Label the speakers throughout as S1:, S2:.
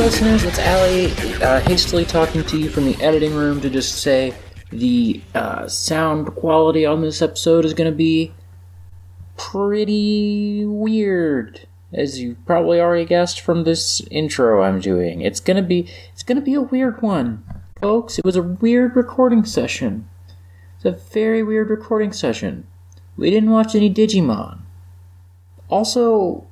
S1: listeners, it's Ali uh, hastily talking to you from the editing room to just say the uh, sound quality on this episode is going to be pretty weird, as you probably already guessed from this intro I'm doing. It's going to be it's going to be a weird one, folks. It was a weird recording session. It's a very weird recording session. We didn't watch any Digimon. Also,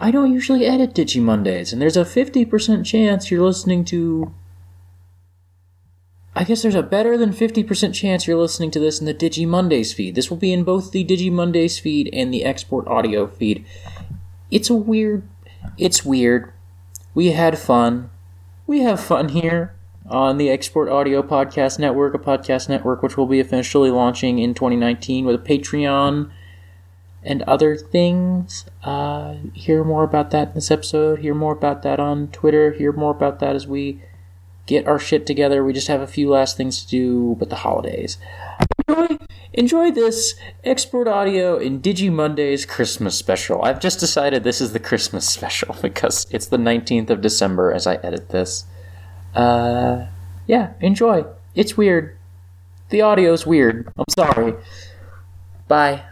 S1: I don't usually edit Digi Mondays, and there's a 50% chance you're listening to. I guess there's a better than 50% chance you're listening to this in the Digi Mondays feed. This will be in both the Digi Mondays feed and the export audio feed. It's a weird. It's weird. We had fun. We have fun here on the Export Audio Podcast Network, a podcast network which will be officially launching in 2019 with a Patreon and other things. Uh, hear more about that in this episode. Hear more about that on Twitter. Hear more about that as we get our shit together. We just have a few last things to do, but the holidays. Enjoy, enjoy this export audio in Digi Monday's Christmas special. I've just decided this is the Christmas special because it's the 19th of December as I edit this. Uh, yeah, enjoy. It's weird. The audio's weird. I'm sorry. Bye.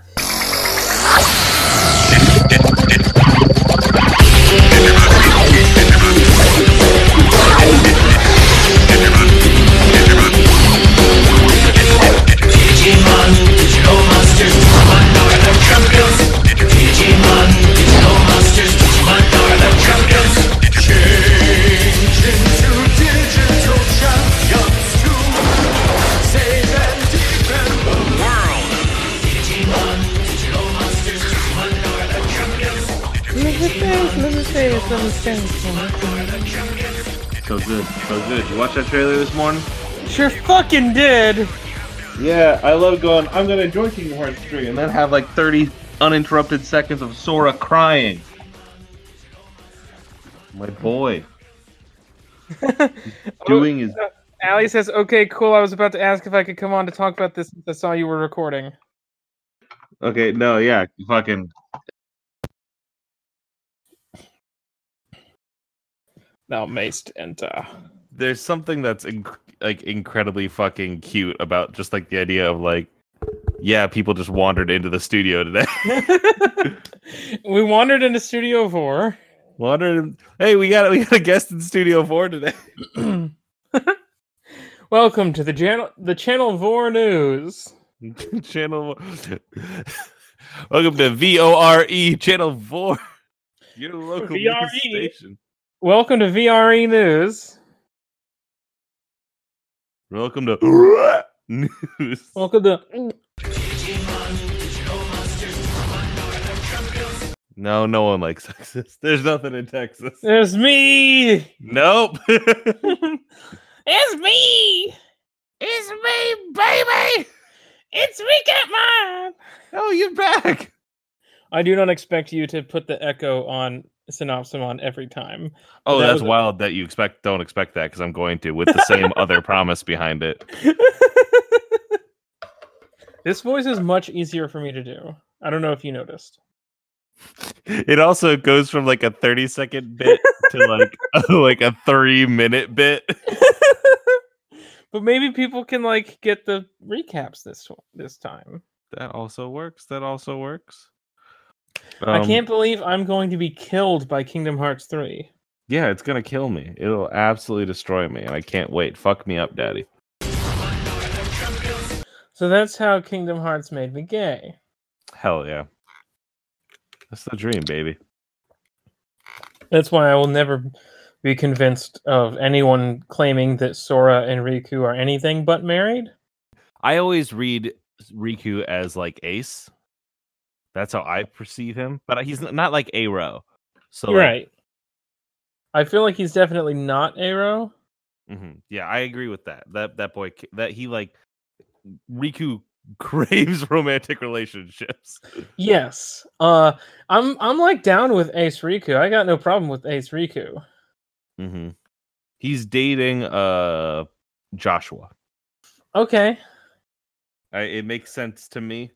S2: Digimon, digital monsters, Digimon are the champions. Digimon, digital monsters, Digimon are the champions. Change into digital champions to save and defend the world. Digimon, digital monsters, Digimon are the champions.
S3: So good, so good. You watch that trailer this morning?
S4: Sure fucking did.
S3: Yeah, I love going. I'm gonna enjoy Kingdom Hearts 3, and then have like 30 uninterrupted seconds of Sora crying. My boy, doing his
S4: Allie says, "Okay, cool. I was about to ask if I could come on to talk about this since I saw you were recording."
S3: okay. No, yeah, fucking.
S4: Now, maced and uh,
S5: there's something that's inc- like incredibly fucking cute about just like the idea of like yeah people just wandered into the studio today
S4: we wandered into Studio Four.
S5: wandered hey we got we got a guest in studio four today
S4: Welcome to the channel, the Channel Four News.
S5: channel welcome to v-o-r-e E, channel four your local news
S4: VRE.
S5: station
S4: Welcome to VRE News.
S5: welcome to news
S4: Welcome to
S2: Digimon, digital monsters, Digimon are the champions.
S5: no no one likes texas there's nothing in texas
S4: there's me.
S5: nope
S4: it's me. It's me, baby. It's weekend mom.
S5: oh you're back
S4: I do not expect you to put the echo on Synopsimon every time.
S5: Oh,
S4: That
S5: that's
S4: was a-
S5: wild that you expect don't expect that because I'm going to with the same other promise behind it.
S4: this voice is much easier for me to do. I don't know if you noticed.
S5: It also goes from like a 30 second bit to like a, like a three minute bit.
S4: but maybe people can like get the recaps this this time.
S5: That also works. That also works.
S4: I
S5: Um,
S4: can't believe I'm going to be killed by Kingdom Hearts 3.
S5: Yeah, it's gonna kill me. It'll absolutely destroy me, and I can't wait. Fuck me up, daddy.
S4: So that's how Kingdom Hearts made me gay.
S5: Hell yeah. That's the dream, baby.
S4: That's why I will never be convinced of anyone claiming that Sora and Riku are anything but married.
S5: I always read Riku as like Ace. That's how I perceive him, but he's n- not like Aro. So like,
S4: right. I feel like he's definitely not Aero.
S5: hmm Yeah, I agree with that. That that boy ca- that he like Riku craves romantic relationships.
S4: Yes. Uh I'm I'm like down with Ace Riku. I got no problem with Ace Riku.
S5: Mm-hmm. He's dating uh Joshua.
S4: Okay.
S5: I, it makes sense to me.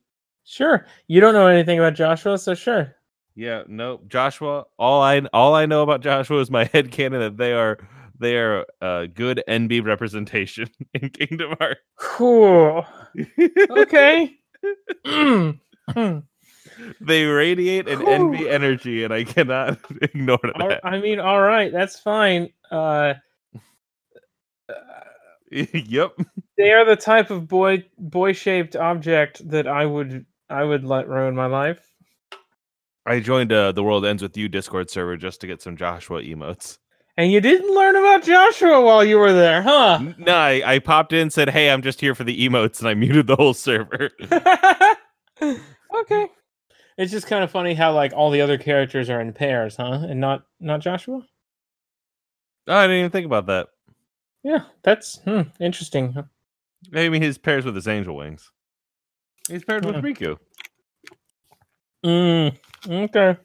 S4: Sure. You don't know anything about Joshua, so sure.
S5: Yeah, no, Joshua. All I all I know about Joshua is my head canon that they are they are uh, good NB representation in Kingdom Hearts.
S4: Cool. Okay. Mm. Mm.
S5: they radiate an NB
S4: Whew.
S5: energy, and I cannot ignore that.
S4: All- I mean, all right, that's fine. Uh,
S5: yep.
S4: they are the type of boy boy shaped object that I would I would let ruin my life.
S5: I joined uh, the World Ends with You Discord server just to get some Joshua emotes.
S4: And you didn't learn about Joshua while you were there, huh?
S5: N- No, I, I popped in, said, "Hey, I'm just here for the emotes," and I muted the whole server.
S4: okay. It's just kind of funny how like all the other characters are in pairs, huh? And not not Joshua.
S5: Oh, I didn't even think about that.
S4: Yeah, that's hmm, interesting. huh?
S5: I mean, his pairs with his angel wings. He's paired with
S4: Hmm.
S5: Riku.
S4: Mm, okay.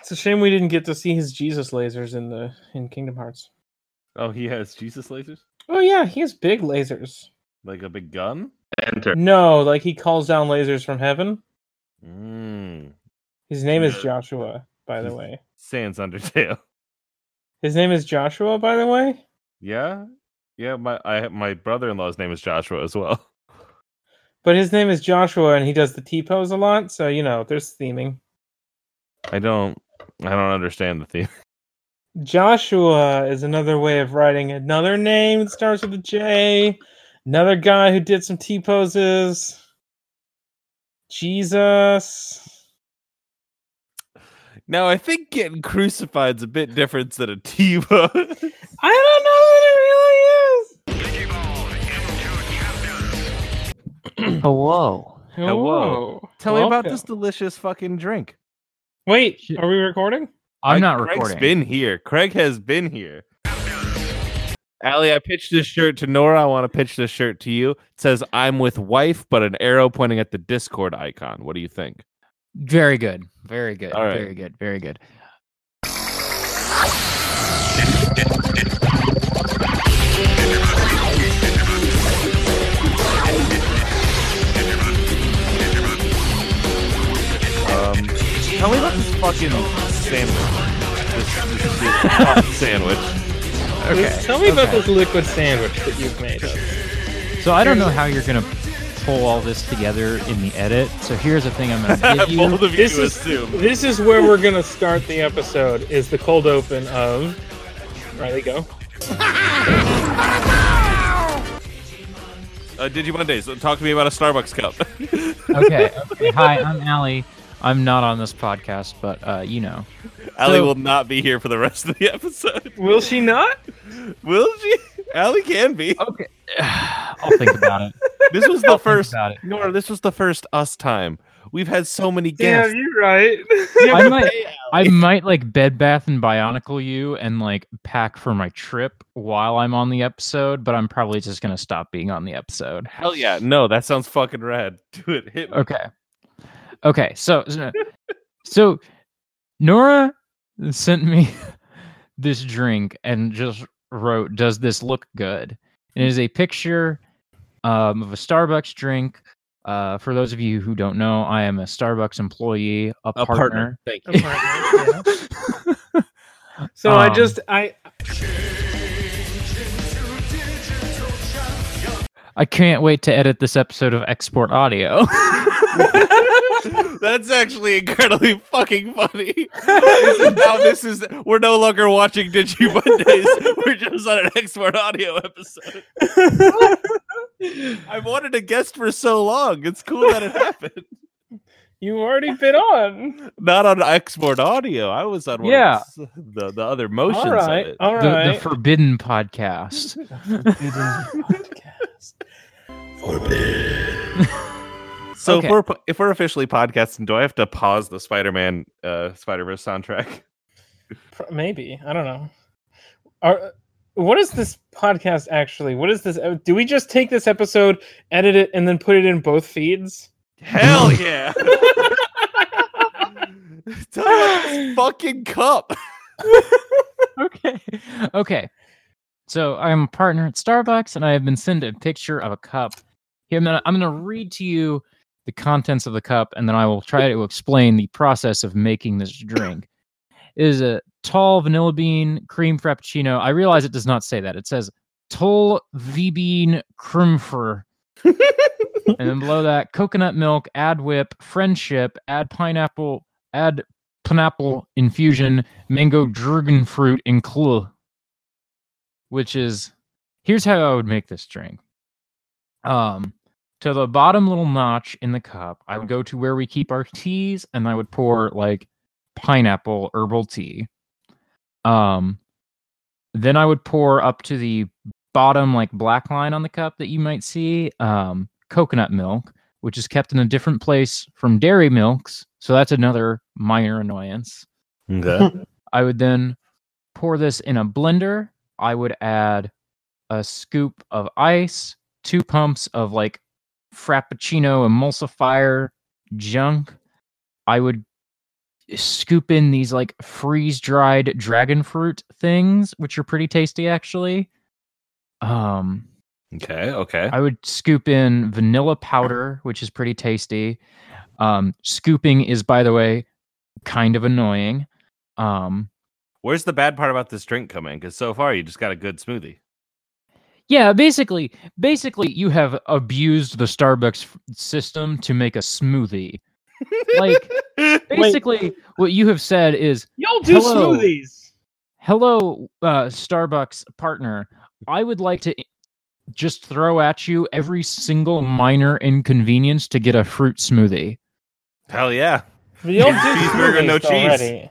S4: It's a shame we didn't get to see his Jesus lasers in the in Kingdom Hearts.
S5: Oh, he has Jesus lasers,
S4: Oh yeah, he has big lasers.
S5: like a big gun.
S3: Enter.
S4: No, like he calls down lasers from heaven.
S5: Mm.
S4: His name is
S5: Yeah.
S4: Joshua, by the way.
S5: Sans Undertale.
S4: His name is Joshua, by the way.
S5: Yeah, yeah. My I my brother in law's name is Joshua as well.
S4: But his name is Joshua, and he does the T pose a lot. So you know, there's theming.
S5: I don't I don't understand the theme.
S4: Joshua is another way of writing another name that starts with a J. Another guy who did some T poses. Jesus.
S5: Now I think getting crucified's a bit different than a T-bone.
S4: I don't know what it really is.
S6: Hello.
S5: Hello.
S4: Whoa.
S5: Tell me about
S4: Welcome.
S5: this delicious fucking drink.
S4: Wait, are we recording?
S5: I-
S6: I'm not
S5: Craig's
S6: recording.
S5: been here. Craig has been here. Allie, I pitched this shirt to Nora. I want to pitch this shirt to you. It says I'm with wife, but an arrow pointing at the Discord icon. What do you think?
S6: Very good. Very good.
S5: All right.
S6: Very good. Very good.
S5: Um, tell me about this fucking sandwich. This, this, this fucking sandwich.
S6: Okay.
S4: Tell me about
S6: okay.
S4: this liquid sandwich that you've made.
S6: So I don't know how you're gonna pull all this together in the edit. So here's the thing I'm gonna give you.
S5: Both of you
S4: This is-
S5: assume.
S4: This is where we're gonna start the episode. Is the cold open of Riley go?
S5: Uh, Digimon Days. Talk to me about a Starbucks cup.
S6: okay. okay. Hi, I'm Allie. I'm not on this podcast, but uh, you know.
S5: Allie
S6: So-
S5: will not be here for the rest of the episode.
S4: Will she not?
S5: Will she? Allie can be.
S6: Okay. I'll think about it.
S5: This was the first.
S6: about it.
S5: Nora, this was the first us time. We've had so many
S4: Yeah,
S5: guests.
S4: you're right.
S6: I might, I might like Bed Bath and Bionicle you and like pack for my trip while I'm on the episode, but I'm probably just gonna stop being on the episode.
S5: Hell yeah! No, that sounds fucking rad. Do it. Hit me.
S6: Okay. Okay. So, so- so Nora sent me this drink and just wrote, Does this look good? And it is a picture um, of a Starbucks drink. Uh, for those of you who don't know, I am a Starbucks employee, a,
S5: A partner.
S6: partner.
S5: Thank you.
S4: So I
S6: Um,
S4: just I
S6: I can't wait to edit this episode of Export Audio.
S5: That's actually incredibly fucking funny. This is- now this is we're no longer watching Digimon Days. We're just on an export audio episode. I wanted a guest for so long. It's cool that it happened.
S4: you've already been on.
S5: Not on export audio. I was on one
S6: Yeah. uh,
S5: of the, the other motions
S4: All right,
S5: of it.
S4: all
S6: the, the
S4: right.
S6: Forbidden Podcast.
S5: so
S6: okay.
S5: if we're po- if we're officially podcasting, do I have to pause the Spider-Man uh, Spider-Verse soundtrack?
S4: Pro- Maybe I don't know. Are, what is this podcast actually? What is this? uh, Do we just take this episode, edit it, and then put it in both feeds?
S5: Hell yeah! Tell me about this fucking cup.
S6: okay. Okay. So I'm a partner at Starbucks, and I have been sent a picture of a cup. Here, I'm gonna, I'm gonna read to you the contents of the cup, and then I will try to explain the process of making this drink. It is a tall vanilla bean cream frappuccino. I realize it does not say that. It says tall V bean crumfer. and then below that, coconut milk, add whip, friendship, add pineapple, add pineapple infusion, mango drugen fruit, and clue. Which is here's how I would make this drink. Um, to the bottom little notch in the cup, I would go to where we keep our teas, and I would pour like pineapple herbal tea. Um, then I would pour up to the bottom like black line on the cup that you might see um, coconut milk, which is kept in a different place from dairy milks. So that's another minor annoyance.
S5: Okay.
S6: I would then pour this in a blender. I would add a scoop of ice, two pumps of like Frappuccino emulsifier junk. I would scoop in these like freeze dried dragon fruit things, which are pretty tasty actually. Um,
S5: okay. Okay.
S6: I would scoop in vanilla powder, which is pretty tasty. Um, scooping is, by the way, kind of annoying. Um,
S5: Where's the bad part about this drink coming? Because so far you just got a good smoothie.
S6: yeah, basically, basically, you have abused the Starbucks f- system to make a smoothie. Like, basically, what you have said is
S4: Y'all do
S6: Hello.
S4: smoothies.
S6: hello uh, starbucks partner i would like to i- just throw at you every single minor inconvenience to get a fruit smoothie
S5: Hell yeah.
S4: But y'all do
S5: Cheeseburger,
S4: smoothies
S5: no cheese.
S4: already.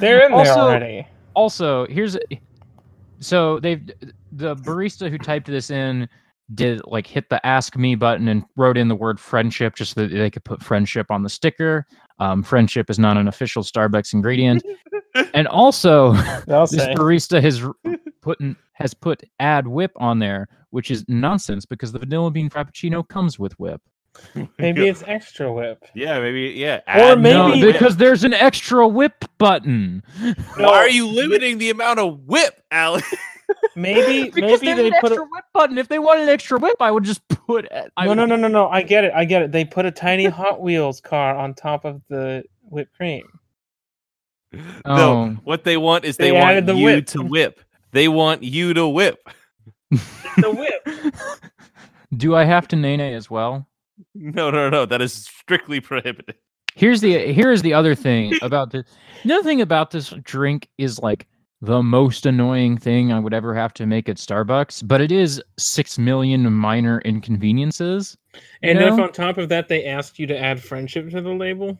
S4: They're in there
S6: Also-
S4: already.
S6: also here's so they've the barista who typed this in did like hit the ask me button and wrote in the word friendship just so that they could put friendship on the sticker um, friendship is not an official starbucks ingredient and also
S4: I'll
S6: this
S4: say.
S6: barista has r- put in, has put add whip on there, which is nonsense because the vanilla bean frappuccino comes with whip.
S4: Maybe it's extra whip.
S5: Yeah, maybe. Yeah.
S4: Or
S6: No,
S4: maybe-
S5: whip.
S6: because there's an extra whip button.
S5: Why are you limiting the amount of whip, Alex?
S4: Maybe
S6: because
S4: maybe
S6: there's
S4: they
S6: an
S4: put a,
S6: extra whip button. If they wanted an extra whip, I would just put. It, I
S4: no,
S6: would-
S4: no, no, no, no. I get it. I get it. They put a tiny Hot Wheels car on top of the whipped cream.
S6: Oh.
S5: No. What they want is they,
S4: They
S5: want
S4: added the
S5: you
S4: whip.
S5: to whip. They want you to whip.
S4: The whip.
S6: Do I have to nene as well?
S5: No, no, no. That is strictly prohibited.
S6: Here's the here is the other thing about this. Another thing about this drink is like the most annoying thing I would ever have to make at Starbucks, but it is six million minor inconveniences.
S4: And
S6: No.
S4: if on top of that they asked you to add friendship to the label,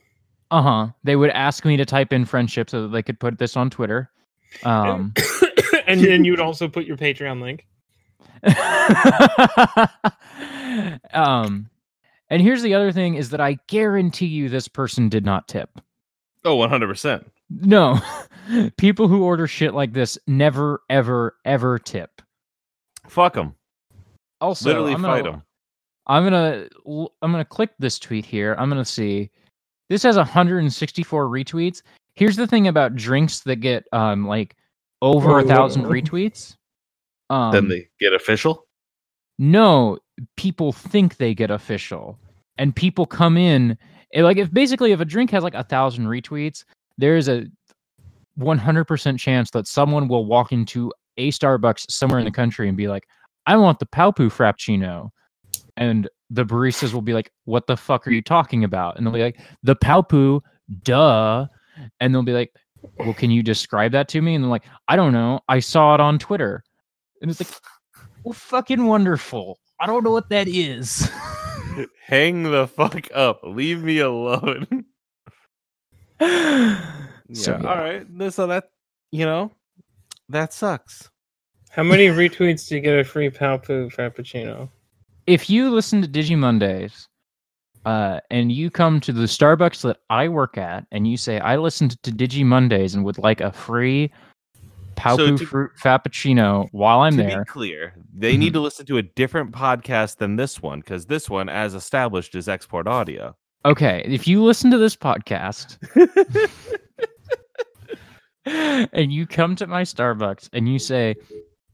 S6: Uh huh. They would ask me to type in friendship so that they could put this on Twitter. Um,
S4: and then you'd also put your Patreon link.
S6: um, and here's the other thing is that I guarantee you this person did not tip.
S5: Oh, 100%.
S6: No, people who order shit like this never, ever, ever tip.
S5: Fuck them.
S6: Also,
S5: Literally
S6: I'm gonna,
S5: fight them.
S6: I'm gonna l- I'm gonna click this tweet here. I'm gonna see. This has 164 retweets. Here's the thing about drinks that get um like over a thousand
S4: Oh.
S6: retweets. Um,
S5: then they get official.
S6: no people think they get official, and people come in and, like if basically if a drink has like a thousand retweets, there is a 100% chance that someone will walk into a Starbucks somewhere in the country and be like, I want the Palpu Frappuccino. And the baristas will be like, What the fuck are you talking about? And they'll be like, The Palpu, duh. And they'll be like, Well, can you describe that to me? And they're like, I don't know. I saw it on Twitter. And it's like, Well, fucking wonderful. I don't know what that is.
S5: Hang the fuck up. Leave me alone.
S6: So,
S5: All right. No, So that, you know, that sucks.
S4: How many retweets do you get a free Palpu Frappuccino?
S6: if you listen to Digimondays uh, and you come to the Starbucks that I work at and you say, I listened to Digimondays and would like a free Paupu
S5: to-
S6: Fruit Frappuccino while I'm
S5: to
S6: there.
S5: be clear, they need to listen to a different podcast than this one because this one, as established, is export audio.
S6: Okay, if you listen to this podcast and you come to my Starbucks and you say,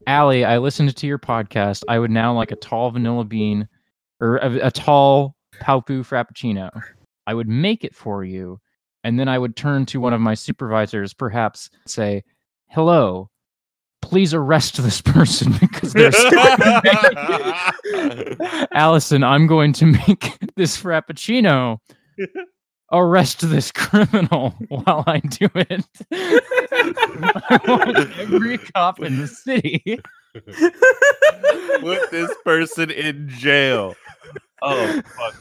S6: Allie, I listened to your podcast. I would now like a tall vanilla bean or a, a tall Paupu Frappuccino. I would make it for you, and then I would turn to one of my supervisors, perhaps say, "Hello, please arrest this person because they're." Allison, I'm going to make this frappuccino arrest this criminal while I do it. I want every cop in the city.
S5: Put this person in jail. Oh fuck!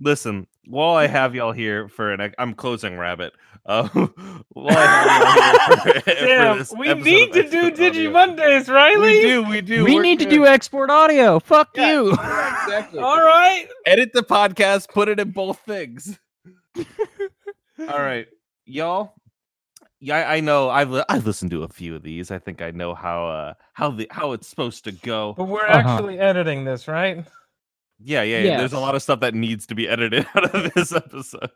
S5: Listen, while I have y'all here for an, I'm closing rabbit. Um, while I have y'all here for, for
S4: Damn,
S5: this
S4: we
S5: episode
S4: need
S5: of
S4: to do
S5: Expert Audio.
S4: Digi Mondays, Riley.
S5: We do, we do.
S6: we
S5: We're
S6: need to
S5: good.
S6: do export audio. Fuck
S5: Yeah.
S6: you.
S5: exactly.
S4: All right.
S5: Edit the podcast, put it in both things. All right, y'all. Yeah, I I know. I've li- I've listened to a few of these. I think I know how uh how the how it's supposed to go.
S4: But we're
S6: Uh-huh.
S4: actually editing this, right?
S5: Yeah, yeah, yeah. There's a
S6: Yes.
S5: lot of stuff that needs to be edited out of this episode.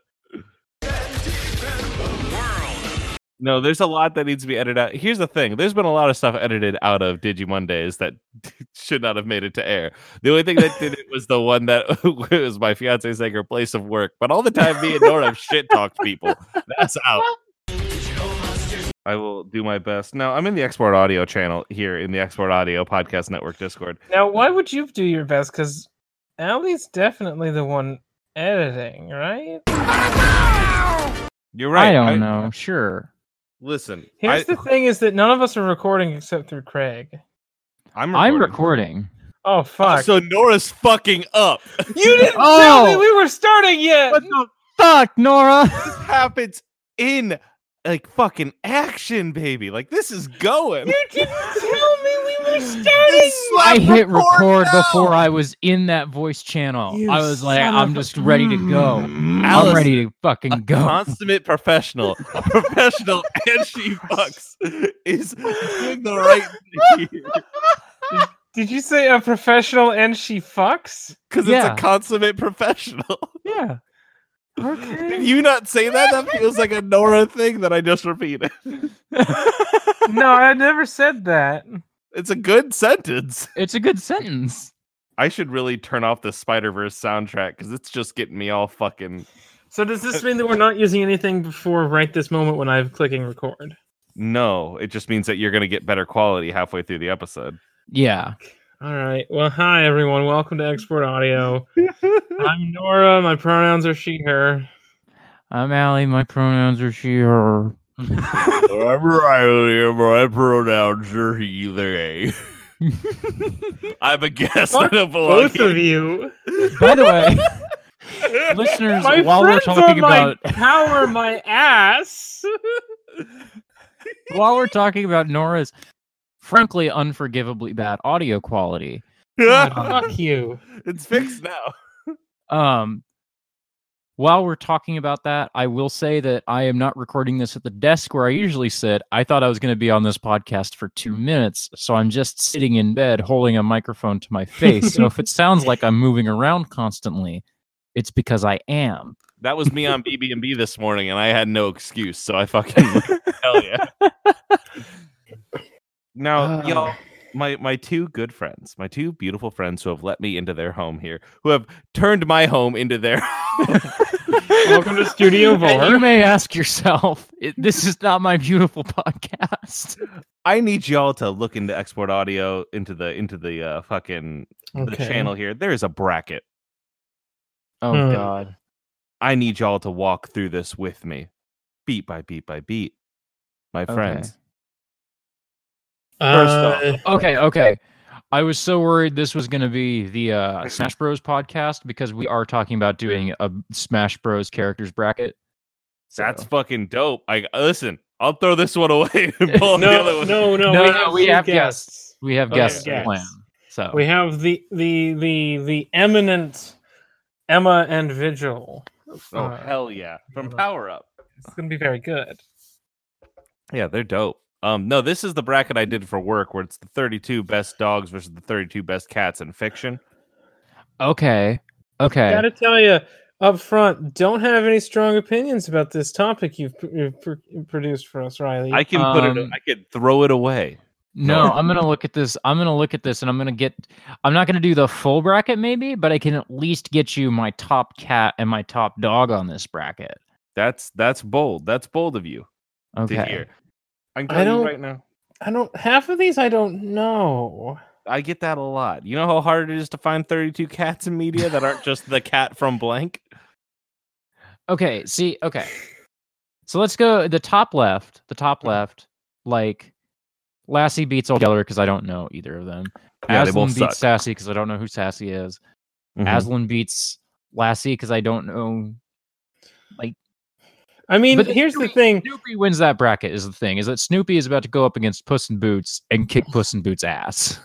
S5: No, there's a lot that needs to be edited out. Here's the thing: there's been a lot of stuff edited out of Digi Mondays that should not have made it to air. The only thing that did it was the one that was my fiance saying her place of work. But all the time, me and Nora have shit talked people. That's out. I will do my best. Now I'm in the Export Audio channel here in the Export Audio Podcast Network Discord.
S4: Now, why would you do your best? Because Allie's definitely the one editing, right?
S5: You're right.
S6: I don't know. Sure.
S5: Listen,
S4: Here's
S5: I-
S4: the thing: is that none of us are recording except through Craig.
S5: I'm
S6: I'm
S5: recording.
S6: recording.
S4: Oh fuck!
S5: So Oh! Nora's fucking up.
S4: you didn't tell me we were starting yet.
S5: What the
S6: Fuck, Nora.
S5: this happens in like fucking action, baby? Like this is going.
S4: You didn't tell me we were starting.
S6: I hit record before I was in that voice channel.
S4: You
S6: I was like,
S4: son
S6: I'm
S4: of a-
S6: just ready to go.
S5: Mm. Alice,
S6: I'm ready to fucking
S5: a
S6: go.
S5: Consummate professional, a professional, and she fucks is doing the right thing here
S4: Did you say a professional and she fucks?
S5: because
S6: Yeah.
S5: it's a consummate professional.
S4: Yeah.
S5: Did
S4: Okay.
S5: you not say that? That feels like a Nora thing that I just repeated.
S4: no, I never said that.
S5: It's a good sentence.
S6: It's a good sentence.
S5: I should really turn off the Spider Verse soundtrack because it's just getting me all fucking.
S4: So does this mean that we're not using anything before right this moment when I'm clicking record?
S5: No, it just means that you're gonna get better quality halfway through the episode.
S6: Yeah.
S4: All right. Well, hi everyone. Welcome to Export Audio. I'm Nora. My pronouns are she/her.
S6: I'm Allie. My pronouns are she, her.
S5: I'm Riley. My pronouns are he, they. I'm a guest. I
S4: Fuck
S5: don't belong
S4: Both
S5: here.
S4: of you.
S6: By the way, listeners,
S4: My
S6: while we're
S4: friends are
S6: talking
S4: my
S6: about
S4: power, my ass.
S6: while we're talking about Nora's frankly unforgivably bad audio quality,
S4: fuck you.
S5: it's fixed now.
S6: um while we're talking about that, I will say that I am not recording this at the desk where I usually sit. I thought I was going to be on this podcast for 2 minutes, so I'm just sitting in bed holding a microphone to my face. so if it sounds like I'm moving around constantly, it's because I am.
S5: That was me on BB&B this morning, and I had no excuse, so I fucking hell yeah. Now,
S6: Ah.
S5: y'all, my my two good friends, my two beautiful friends who have let me into their home here, who have turned my home into their
S4: Welcome to Studio
S6: And you
S4: Vor.
S6: may ask yourself, it, this is not my beautiful podcast.
S5: I need y'all to look into export audio into the into the uh fucking the channel here. There is a bracket.
S6: Oh
S4: Hmm.
S6: God.
S5: I need y'all to walk through this with me, beat by beat by beat. My
S6: Okay.
S5: friends,
S4: Uh,
S6: Okay, okay. I was so worried this was going to be the uh, Smash Bros podcast because we are talking about doing a Smash Bros characters bracket.
S5: that's
S6: So-
S5: fucking dope. I uh, listen. I'll throw this one away and pull the other
S4: no, no,
S5: one.
S4: no,
S6: No,
S4: we
S6: no,
S4: have,
S6: we
S4: two
S6: have guests.
S4: guests.
S6: we have
S5: Okay,
S6: guests
S4: yes.
S6: planned. So
S4: We have the the the the eminent Emma and Vigil.
S5: Oh
S4: Uh,
S5: hell yeah! From
S4: uh,
S5: Power Up.
S4: It's gonna be very good.
S5: Yeah, they're dope. Um, no, this is the bracket I did for work, where it's the 32 best dogs versus the 32 best cats in fiction.
S6: okay, okay.
S4: Gotta tell you up front, don't have any strong opinions about this topic you've, pr- you've pr- produced for us, Riley.
S5: I can put it.
S6: Um,
S5: I could throw it away.
S6: No, I'm gonna look at this. I'm gonna look at this, and I'm gonna get. I'm not gonna do the full bracket, maybe, but I can at least get you my top cat and my top dog on this bracket.
S5: That's that's bold. That's bold of you
S6: Okay.
S5: to hear. I can tell
S4: I
S5: you
S4: don't-
S5: right now.
S4: I don't. Half of these I don't know.
S5: I get that a lot. You know how hard it is to find 32 cats in media that aren't just the cat from blank?
S6: Okay. See. Okay. So let's go the top left. The top left. Like Lassie beats Old Yeller because I don't know either of them.
S5: Yeah, they
S6: Aslan
S5: both
S6: beats
S5: suck. Mm-hmm.
S6: Sassy because I don't know who Sassy is.
S4: Mm-hmm.
S6: Aslan beats Lassie because I don't know.
S4: I mean,
S6: But
S4: here's the
S6: Snoopy-
S4: thing.
S6: Snoopy wins that bracket is the thing. Is that Snoopy is about to go up against Puss in Boots and kick Puss in Boots ass.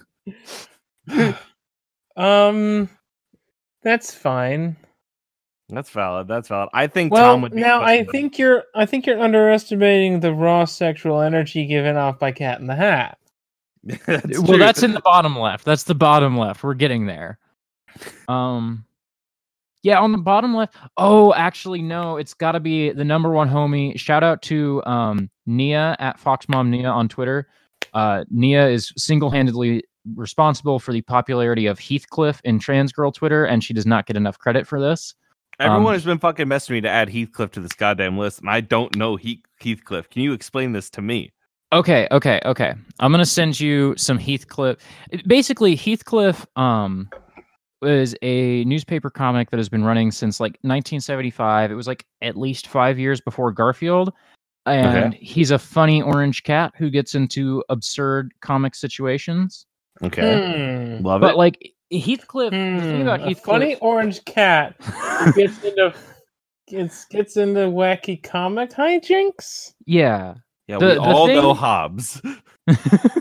S4: Um, that's fine.
S5: That's valid. That's valid. I think
S4: Well,
S5: Tom would be
S4: now
S5: much
S4: I
S5: better.
S4: think you're. I think you're underestimating the raw sexual energy given off by Cat in the Hat.
S5: that's
S6: well,
S5: true.
S6: that's in the bottom left. That's the bottom left. We're getting there. Um, yeah, on the bottom left. Oh, actually, no. It's got to be the number one homie. Shout out to um, Nia at Fox Mom Nia on Twitter. Uh, Nia is single-handedly responsible for the popularity of Heathcliff in trans girl Twitter, and she does not get enough credit for this.
S5: Everyone
S6: um,
S5: has been fucking messing me to add Heathcliff to this goddamn list, and I don't know he- Heathcliff. Can you explain this to me?
S6: Okay, okay, okay. I'm gonna send you some Heathcliff. it- Basically, Heathcliff um was a newspaper comic that has been running since like 1975. It was like at least five years before Garfield, and he's a funny orange cat who gets into absurd comic situations.
S4: Hmm.
S5: Love
S6: But
S5: it.
S6: like Heathcliff, the thing
S4: Hmm.
S6: about
S4: a
S6: Heathcliff,
S4: funny orange cat gets into gets gets into wacky comic hijinks.
S6: yeah.
S5: Yeah,
S6: the-
S5: we
S6: the
S5: all know
S6: thing-
S5: Hobbes.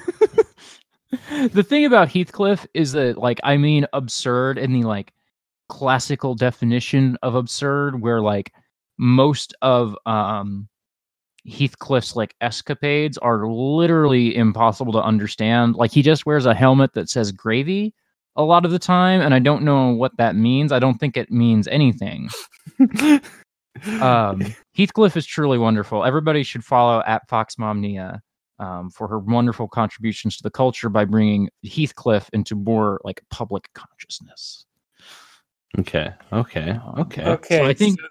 S6: the thing about Heathcliff is that, like, I mean, absurd in the like classical definition of absurd, where like most of um Heathcliff's like escapades are literally impossible to understand. Like, he just wears a helmet that says gravy a lot of the time, and I don't know what that means. I don't think it means anything. Um, Heathcliff is truly wonderful. Everybody should follow at Fox Mom Nia um, for her wonderful contributions to the culture by bringing Heathcliff into more like public consciousness.
S5: okay. Okay. Okay.
S4: Okay,
S6: so I think
S4: so-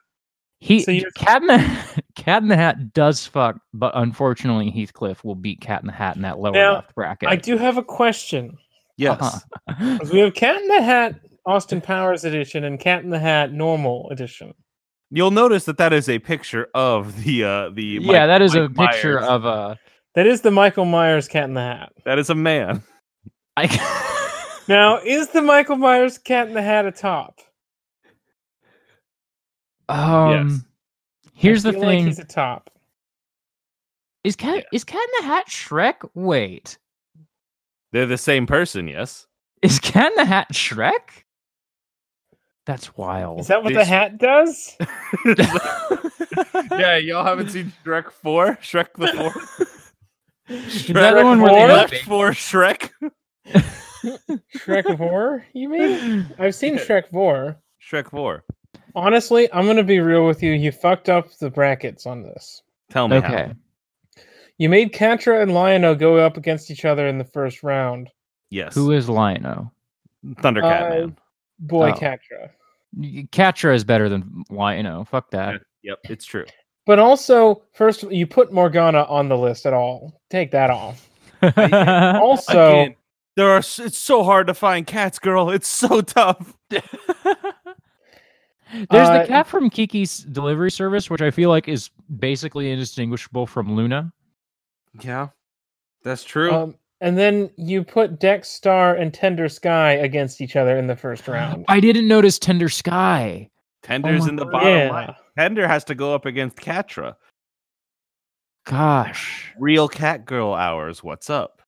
S6: he
S4: so you're-
S6: Cat in the Cat in the Hat does fuck, but unfortunately Heathcliff will beat Cat in the Hat in that lower
S4: Now,
S6: left bracket.
S4: I do have a question.
S5: yes.
S6: Uh-huh.
S4: 'Cause We have Cat in the Hat Austin Powers edition and Cat in the Hat normal edition.
S5: You'll notice that that is a picture of the uh the
S6: yeah, that is a
S5: Mike
S6: picture
S5: Myers.
S6: of a.
S4: That is the Michael Myers Cat in the Hat.
S5: that is a man.
S6: I,
S4: Now, is the Michael Myers Cat in the Hat a top?
S6: um, here's
S4: I
S6: the
S4: feel like
S6: thing:
S4: he's a top.
S6: is Cat is Cat in the Hat Shrek? Wait,
S5: They're the same person, yes.
S6: Is Cat in the Hat Shrek? That's wild.
S4: Is that what the
S5: this-
S4: hat does?
S5: yeah, y'all haven't seen Shrek 4? Shrek the 4?
S6: Is that the one where they
S4: Shrek
S6: have
S5: Left for Shrek?
S4: Shrek 4, you mean? I've seen Shrek 4.
S5: Shrek 4.
S4: Honestly, I'm going to be real with you. You fucked up the brackets on this.
S5: Tell me how.
S6: Okay.
S4: You made Katra and Lion-O go up against each other in the first round.
S5: Yes.
S6: Who is Lion-O?
S5: Thundercat
S4: Uh,
S5: man.
S4: Boy,
S6: Oh.
S4: Katra.
S6: Y- Catra is better than Lion-O. Fuck that.
S5: Uh, Yep, it's true.
S4: But also, first, you put Morgana on the list at all. Take that off. Oh, Also,
S5: Again, there are s- it's so hard to find cats, girl. It's so tough.
S6: There's
S4: Uh,
S6: the cat from Kiki's delivery service, which I feel like is basically indistinguishable from Luna.
S5: Yeah. That's true.
S4: um, and then you put Dex Star and Tender Sky against each other in the first round.
S6: I didn't notice Tender Sky.
S5: Tender's
S6: my
S5: in the
S6: word.
S5: bottom line.
S4: yeah.
S5: Tender has to go up against Catra.
S6: Gosh.
S5: Real cat girl hours. What's up?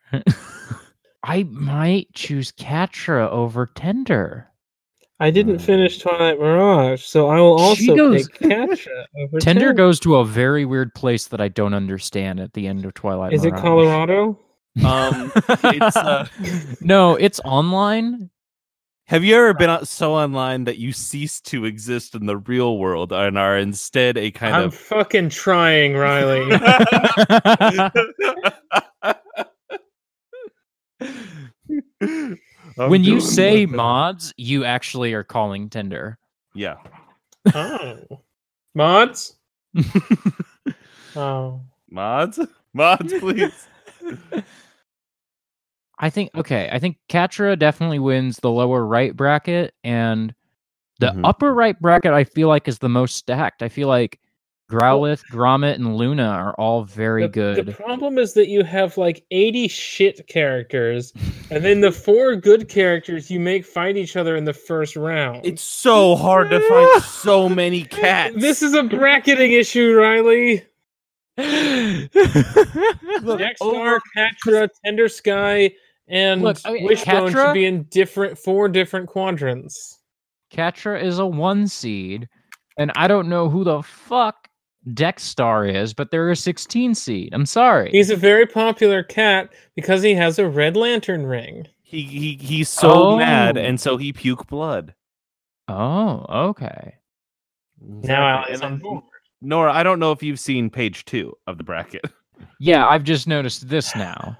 S6: I might choose Catra over Tender.
S4: I didn't finish Twilight Mirage, so I will
S6: She also goes- pick
S4: Katra over
S6: Tender goes to a very weird place that I don't understand at the end of Twilight Mirage.
S5: Um it's uh,
S6: no, it's online.
S5: Have you ever been on- so online that you cease to exist in the real world and are instead a kind
S4: I'm
S5: of
S4: fucking trying, Riley.
S5: I'm
S6: when you
S5: doing
S6: say
S5: nothing.
S6: mods, you actually are calling Tinder.
S5: yeah,
S4: Oh. Mods? Oh.
S5: mods, mods, please.
S6: I think okay. I think Katra definitely wins the lower right bracket, and the
S5: Mhm.
S6: upper right bracket I feel like is the most stacked. I feel like Growlithe, Gromit, and Luna are all very
S4: The- The
S6: good.
S4: problem is that you have like 80 shit characters, and then the four good characters you make fight each other in the first round.
S5: It's so hard to find so many cats.
S4: This is a bracketing issue, Riley.
S5: Look,
S4: Jack Star,
S5: over-
S4: Catra, Tender Sky, and
S6: Look, I mean,
S4: Wishbone
S6: Catra-
S4: should be in different four different quadrants.
S6: Katra is a one seed, and I don't know who the fuck Dexstar is, but they're a 16 seed. I'm sorry.
S4: He's a very popular cat because he has a red lantern ring.
S5: he, he he's so mad,
S6: Oh.
S5: and so he puke blood.
S6: oh, okay.
S4: Now
S5: Exactly.
S4: Alex
S5: And
S4: on
S5: then-
S4: board.
S5: Nora, I don't know if you've seen page two of the bracket.
S6: Yeah, I've just noticed this now.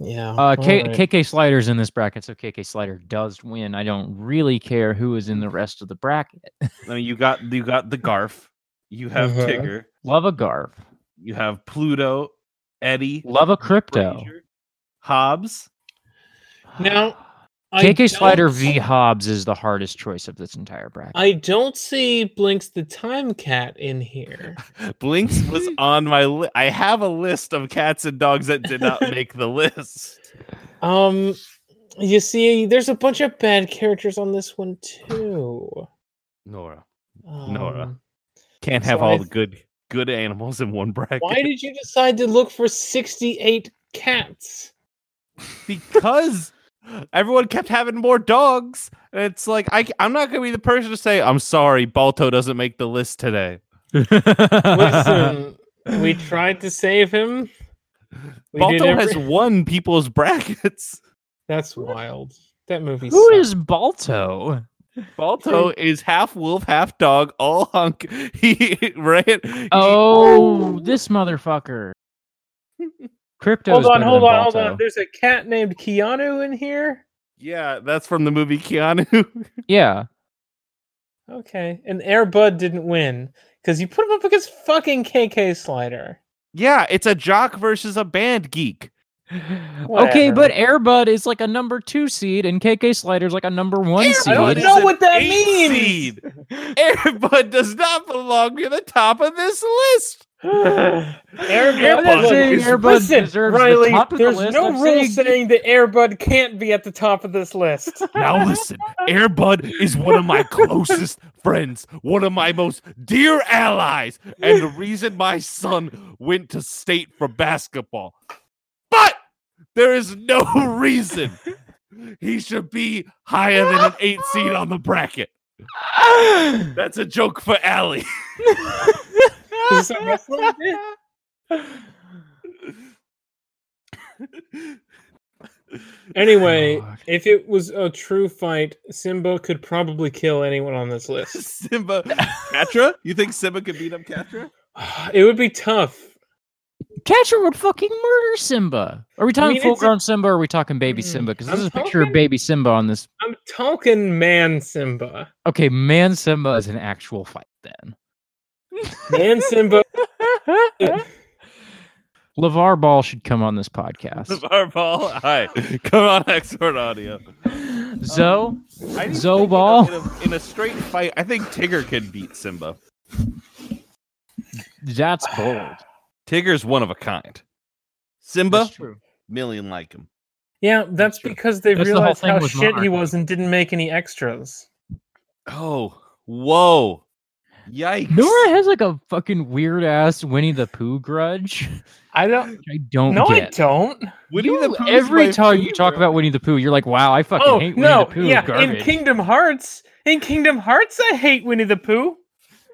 S4: Yeah.
S6: Uh, K-
S4: alright.
S6: KK Slider's in this bracket, so KK Slider does win. I don't really care who is in the rest of the bracket.
S5: I mean, you got you got the Garf, you have
S4: Uh-huh.
S5: Tigger,
S6: Love a Garf.
S5: you have Pluto, Eddie,
S6: Love a Crypto.
S5: Brazier, Hobbs.
S4: Now, I
S6: KK Slider
S4: don't-
S6: v Hobbs is the hardest choice of this entire bracket.
S4: I don't see Blinks the Time Cat in here.
S5: Blinks was on my list. I have a list of cats and dogs that did not make the list.
S4: Um, you see, there's a bunch of bad characters on this one too.
S5: Nora
S4: Um,
S5: Nora. can't
S4: So
S5: have all
S4: I-
S5: the good good animals in one bracket.
S4: Why did you decide to look for 68 cats?
S5: because everyone kept having more dogs. And it's like I, I'm not gonna be the person to say I'm sorry. Balto doesn't make the list today.
S4: Listen, we tried to save him. We did
S5: Balto has
S4: every-
S5: won people's brackets.
S4: That's wild. That movie.
S6: who
S4: sucks.
S6: is Balto?
S5: Balto is half wolf, half dog, all hunk. He ran. he-
S6: Oh, this motherfucker. Crypto.
S4: Hold on, hold on, hold on. There's a cat named Keanu in here.
S5: yeah, that's from the movie Keanu.
S6: Yeah.
S4: Okay, and Airbud didn't win because you put him up against fucking KK Slider.
S5: yeah, it's a jock versus a band geek.
S6: Okay,
S4: Whatever.
S6: but Airbud is like a number two seed, and KK Slider's like a number one
S5: Airbud
S6: seed.
S4: I don't
S5: is
S4: know
S5: an
S4: what that
S5: eight
S4: means.
S5: seed. Airbud does not belong near the top of this list.
S4: Airbud,
S5: I'm not saying
S4: look,
S6: Airbud
S4: listen,
S6: deserves the
S4: Riley,
S6: top of the
S4: there's
S6: list.
S4: no
S6: I'm
S4: rule
S6: saying-
S4: saying... that Airbud can't be at the top of this list.
S5: Now listen, Airbud is one of my closest friends, one of my most dear allies, and the reason my son went to state for basketball. But there is no reason he should be higher than an eight seed on the bracket. That's a joke for Allie.
S4: Is this a wrestling bit? Anyway,
S6: Fuck.
S4: if it was a true fight, Simba could probably kill anyone on this list.
S5: Simba, Katra? You think Simba could beat up Katra?
S4: It would be tough.
S6: Catcher would fucking murder Simba. Are we talking
S4: mean, it's a-
S6: full grown Simba or are we talking baby
S4: Mm,
S6: Simba? Because this
S4: I'm
S6: is a picture of
S4: talking-
S6: baby Simba on this.
S4: I'm talking man Simba.
S6: Okay, man Simba is an actual fight then.
S4: Man Simba.
S6: LeVar Ball should come on this podcast.
S5: Levar Ball? Hi. Come on, Expert Audio.
S6: Zo,
S5: I just think, you
S6: Zo
S5: know,
S6: ball.
S5: in, a, in a straight fight, I think Tigger could beat Simba.
S6: that's bold.
S5: Tigger's one of a kind. Simba,
S6: That's true.
S5: million like him.
S4: Yeah, that's because they
S6: That's the whole
S4: realized
S6: thing
S4: how
S6: with
S4: shit he
S6: Monarch.
S4: was and didn't make any extras.
S5: Oh, whoa, yikes!
S6: Nora has like a fucking weird ass Winnie the Pooh grudge.
S4: I don't.
S6: I don't
S4: No, I
S6: get.
S4: don't.
S5: Winnie
S6: You-
S5: the Pooh's
S6: every
S5: my
S6: time you talk
S5: favorite.
S6: about Winnie the Pooh, you're like, "Wow, I fucking
S4: Oh
S6: hate
S4: no!
S6: Winnie the Pooh."
S4: Yeah,
S6: garbage.
S4: in Kingdom Hearts, in Kingdom Hearts, I hate Winnie the Pooh.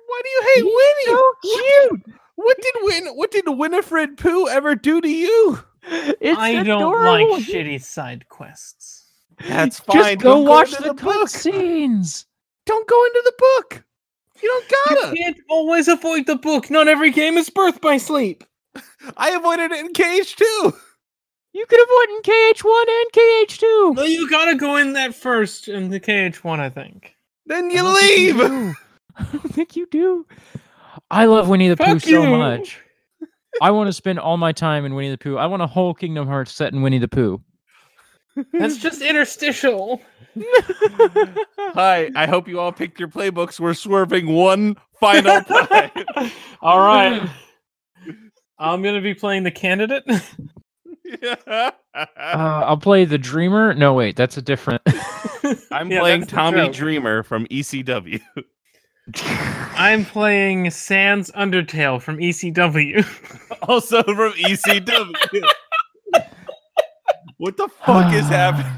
S5: why do you hate Winnie? So cute. What did Win? What did Winifred Pooh ever do to you?
S6: It's
S4: I don't
S6: adorable.
S4: like shitty side quests.
S5: That's
S6: Just
S5: fine.
S6: go
S5: Don't
S6: watch
S5: into
S6: the,
S5: book.
S6: cutscenes.
S5: Don't go into the book. You don't
S4: You
S5: gotta.
S4: can't always avoid the book. Not every game is birth by sleep.
S5: I avoided it in Cage too.
S6: You could have won KH1 and KH2.
S4: No, you gotta go in that first in the KH one, I think.
S5: Then
S6: I
S5: you
S6: don't think you
S5: leave.
S6: do. I don't think you do. I love Winnie the Pooh
S4: Fuck
S6: so
S4: you.
S6: much. I want to spend all my time in Winnie the Pooh. I want a whole Kingdom Hearts set in Winnie the Pooh.
S4: That's just interstitial.
S5: Hi, I hope you all picked your playbooks. We're swerving one final time.
S4: All right. I'm gonna be playing the candidate.
S6: Uh, I'll play the Dreamer. No, wait, that's a different.
S5: I'm
S4: Yeah,
S5: playing
S4: that's the
S5: Tommy
S4: joke.
S5: Dreamer from E ECW.
S4: I'm playing Sans Undertale from E ECW.
S5: also from E ECW. what the fuck is happening?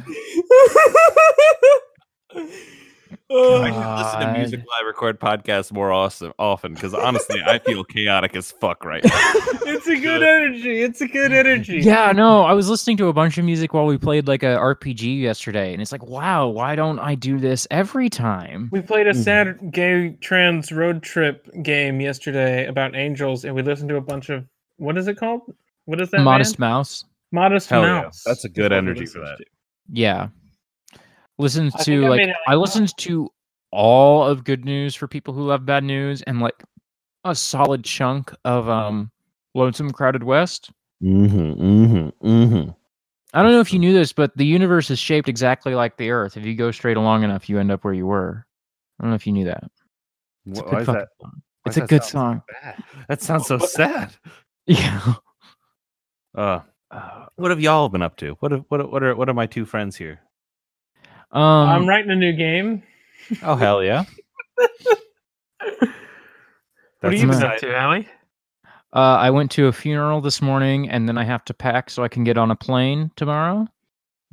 S5: I should listen to
S6: God.
S5: music live record podcasts more awesome, often because honestly, I feel chaotic as fuck right now.
S4: it's a good energy. It's a good energy.
S6: yeah, no, I was listening to a bunch of music while we played like a RPG yesterday, and it's like, wow, why don't I do this every time?
S4: We played
S5: Mm-hmm.
S4: a sad gay trans road trip game yesterday about angels, and we listened to a bunch of what is it called? What is that?
S6: Modest
S4: band?
S6: Mouse.
S4: modest
S5: Hell yeah,
S4: mouse.
S5: that's a good
S4: That's what we
S5: energy for
S4: listened
S5: that.
S4: to.
S6: Yeah. Listen
S4: I think
S6: to
S4: I
S6: like
S4: made it
S6: I
S4: like
S6: listened to all of good news for people who love bad news and like a solid chunk of um Lonesome Crowded West.
S5: Mm-hmm, mm-hmm, mm-hmm.
S6: I don't know if you knew this, but the universe is shaped exactly like the earth. If you go straight along enough, you end up where you were. I don't know if you knew that. It's a good fucking song. It's a good song.
S5: That sounds so sad.
S6: Yeah.
S5: Uh, what have y'all been up to? What have, what what are what are my two friends here?
S6: Um
S4: I'm writing a new game.
S5: Oh hell yeah!
S4: What are
S5: That's
S4: you been up
S5: exciting.
S4: to, Allie?
S6: uh, I went to a funeral this morning and then I have to pack so I can get on a plane tomorrow.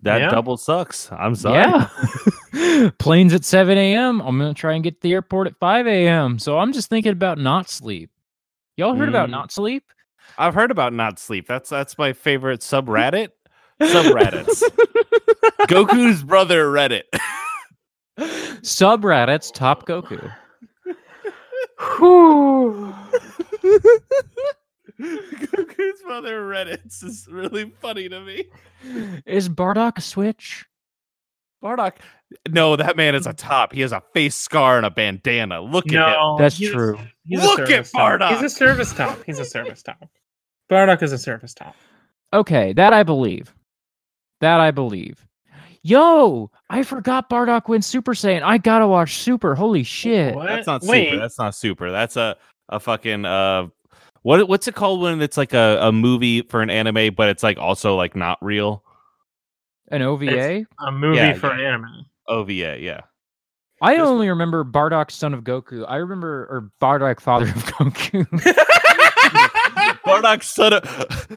S5: That
S4: Yeah.
S5: double sucks. I'm sorry.
S6: Yeah. Planes at 7 a.m. I'm going to try and get to the airport at 5 a.m. So I'm just thinking about not sleep. Y'all heard about
S5: Mm.
S6: not sleep?
S5: I've heard about not sleep. That's that's my favorite subreddit. Subreddits. Goku's brother Reddit.
S6: Subreddits Top Goku.
S5: Goku's brother Reddits is really funny to me.
S6: Is Bardock a switch?
S5: Bardock. No, that man is a top. He has a face scar and a bandana. Look at him.
S4: No,
S6: That's
S4: he's a-
S6: true.
S4: he's a
S5: Look at
S4: service top.
S5: Bardock.
S4: He's a service top. He's a service top. Bardock is a service top.
S6: Okay, that I believe. That I believe. Yo, I forgot Bardock went Super Saiyan. I gotta watch Super. Holy shit.
S4: What?
S5: That's not
S4: Wait,
S5: super. That's not super. That's a a fucking uh what what's it called when it's like a, a movie for an anime, but it's like also like not real?
S6: An OVA?
S4: a movie
S5: Yeah,
S4: for an anime.
S5: OVA, yeah.
S6: I
S5: this-
S6: only remember Bardock, son of Goku. I remember, or Bardock, father of Goku.
S5: Bardock son of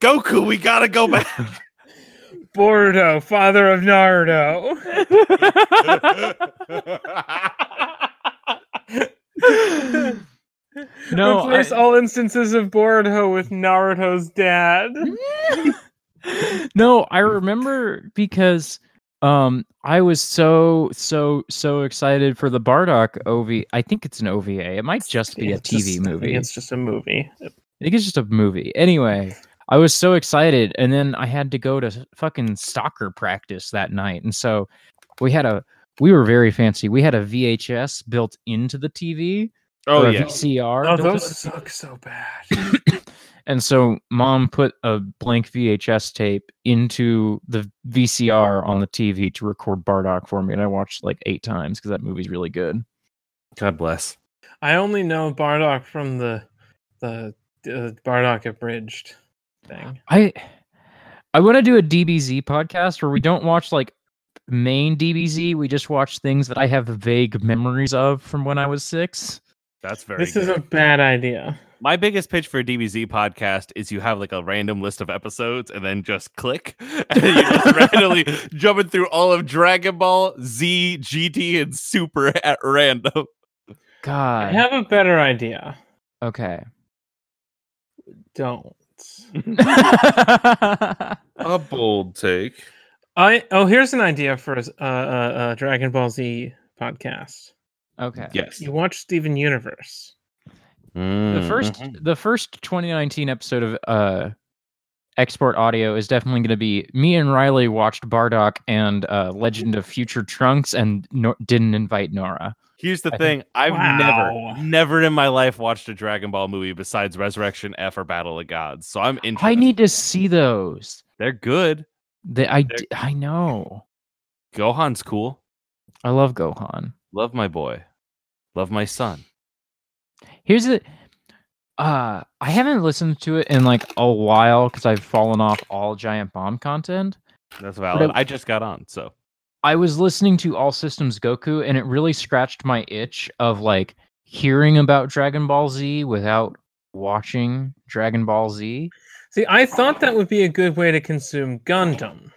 S5: Goku, we gotta go back.
S4: Boruto, father of Naruto.
S5: Oh,
S6: No,
S4: Replace
S6: I-
S4: all instances of Boruto with Naruto's dad.
S6: no, I remember because um I was so so so excited for the Bardock OV. I think it's an OVA. It might just be a
S4: It's just- I
S6: TV
S4: think
S6: movie.
S4: It's just a movie.
S6: I think it's just a movie. Anyway, I was so excited, and then I had to go to s- fucking soccer practice that night, and so we had a we were very fancy. We had a VHS built into the TV. or
S5: oh
S6: a
S5: yeah.
S6: VCR.
S4: Oh,
S6: built into
S4: those suck so bad.
S6: And so mom put a blank VHS tape into the VCR on the TV to record Bardock for me. And I watched like eight times because that movie's really good.
S5: God bless.
S4: I only know Bardock from the the uh, Bardock abridged thing.
S6: I I want to do a DBZ podcast where we don't watch like main DBZ. We just watch things that I have vague memories of from when I was six.
S5: That's very
S4: This
S5: good.
S4: is a bad idea.
S5: My biggest pitch for a DBZ podcast is you have like a random list of episodes and then just click. And then you're just randomly jumping through all of Dragon Ball, Z, GT, and Super at random.
S4: I
S6: God.
S4: have a better idea.
S6: okay.
S4: Don't.
S5: A bold take.
S4: I oh here's an idea for a s- uh, uh, uh, Dragon Ball Z podcast.
S6: okay.
S5: Yes.
S4: You watch Steven Universe.
S6: Mm-hmm.
S5: Mm,
S6: The first the first 2019 episode of uh export audio is definitely going to be me and Riley watched Bardock and uh, Legend of Future Trunks and nor- didn't invite Nora.
S5: Here's the
S6: I
S5: thing: I've
S4: Wow.
S5: never, never in my life watched a Dragon Ball movie besides Resurrection F or Battle of Gods. So I'm interested.
S6: I need to see those.
S5: They're good.
S6: They, I,
S5: They're-
S6: d- I know.
S5: Gohan's cool.
S6: I love Gohan.
S5: Love my boy. Love my son.
S6: Here's the uh I haven't listened to it in like a while because I've fallen off all giant bomb content.
S5: That's valid.
S6: I-
S5: I just got on, so
S6: I was listening to All Systems Goku and it really scratched my itch of like hearing about Dragon Ball Z without watching Dragon Ball Z.
S4: See, I thought that would be a good way to consume Gundam.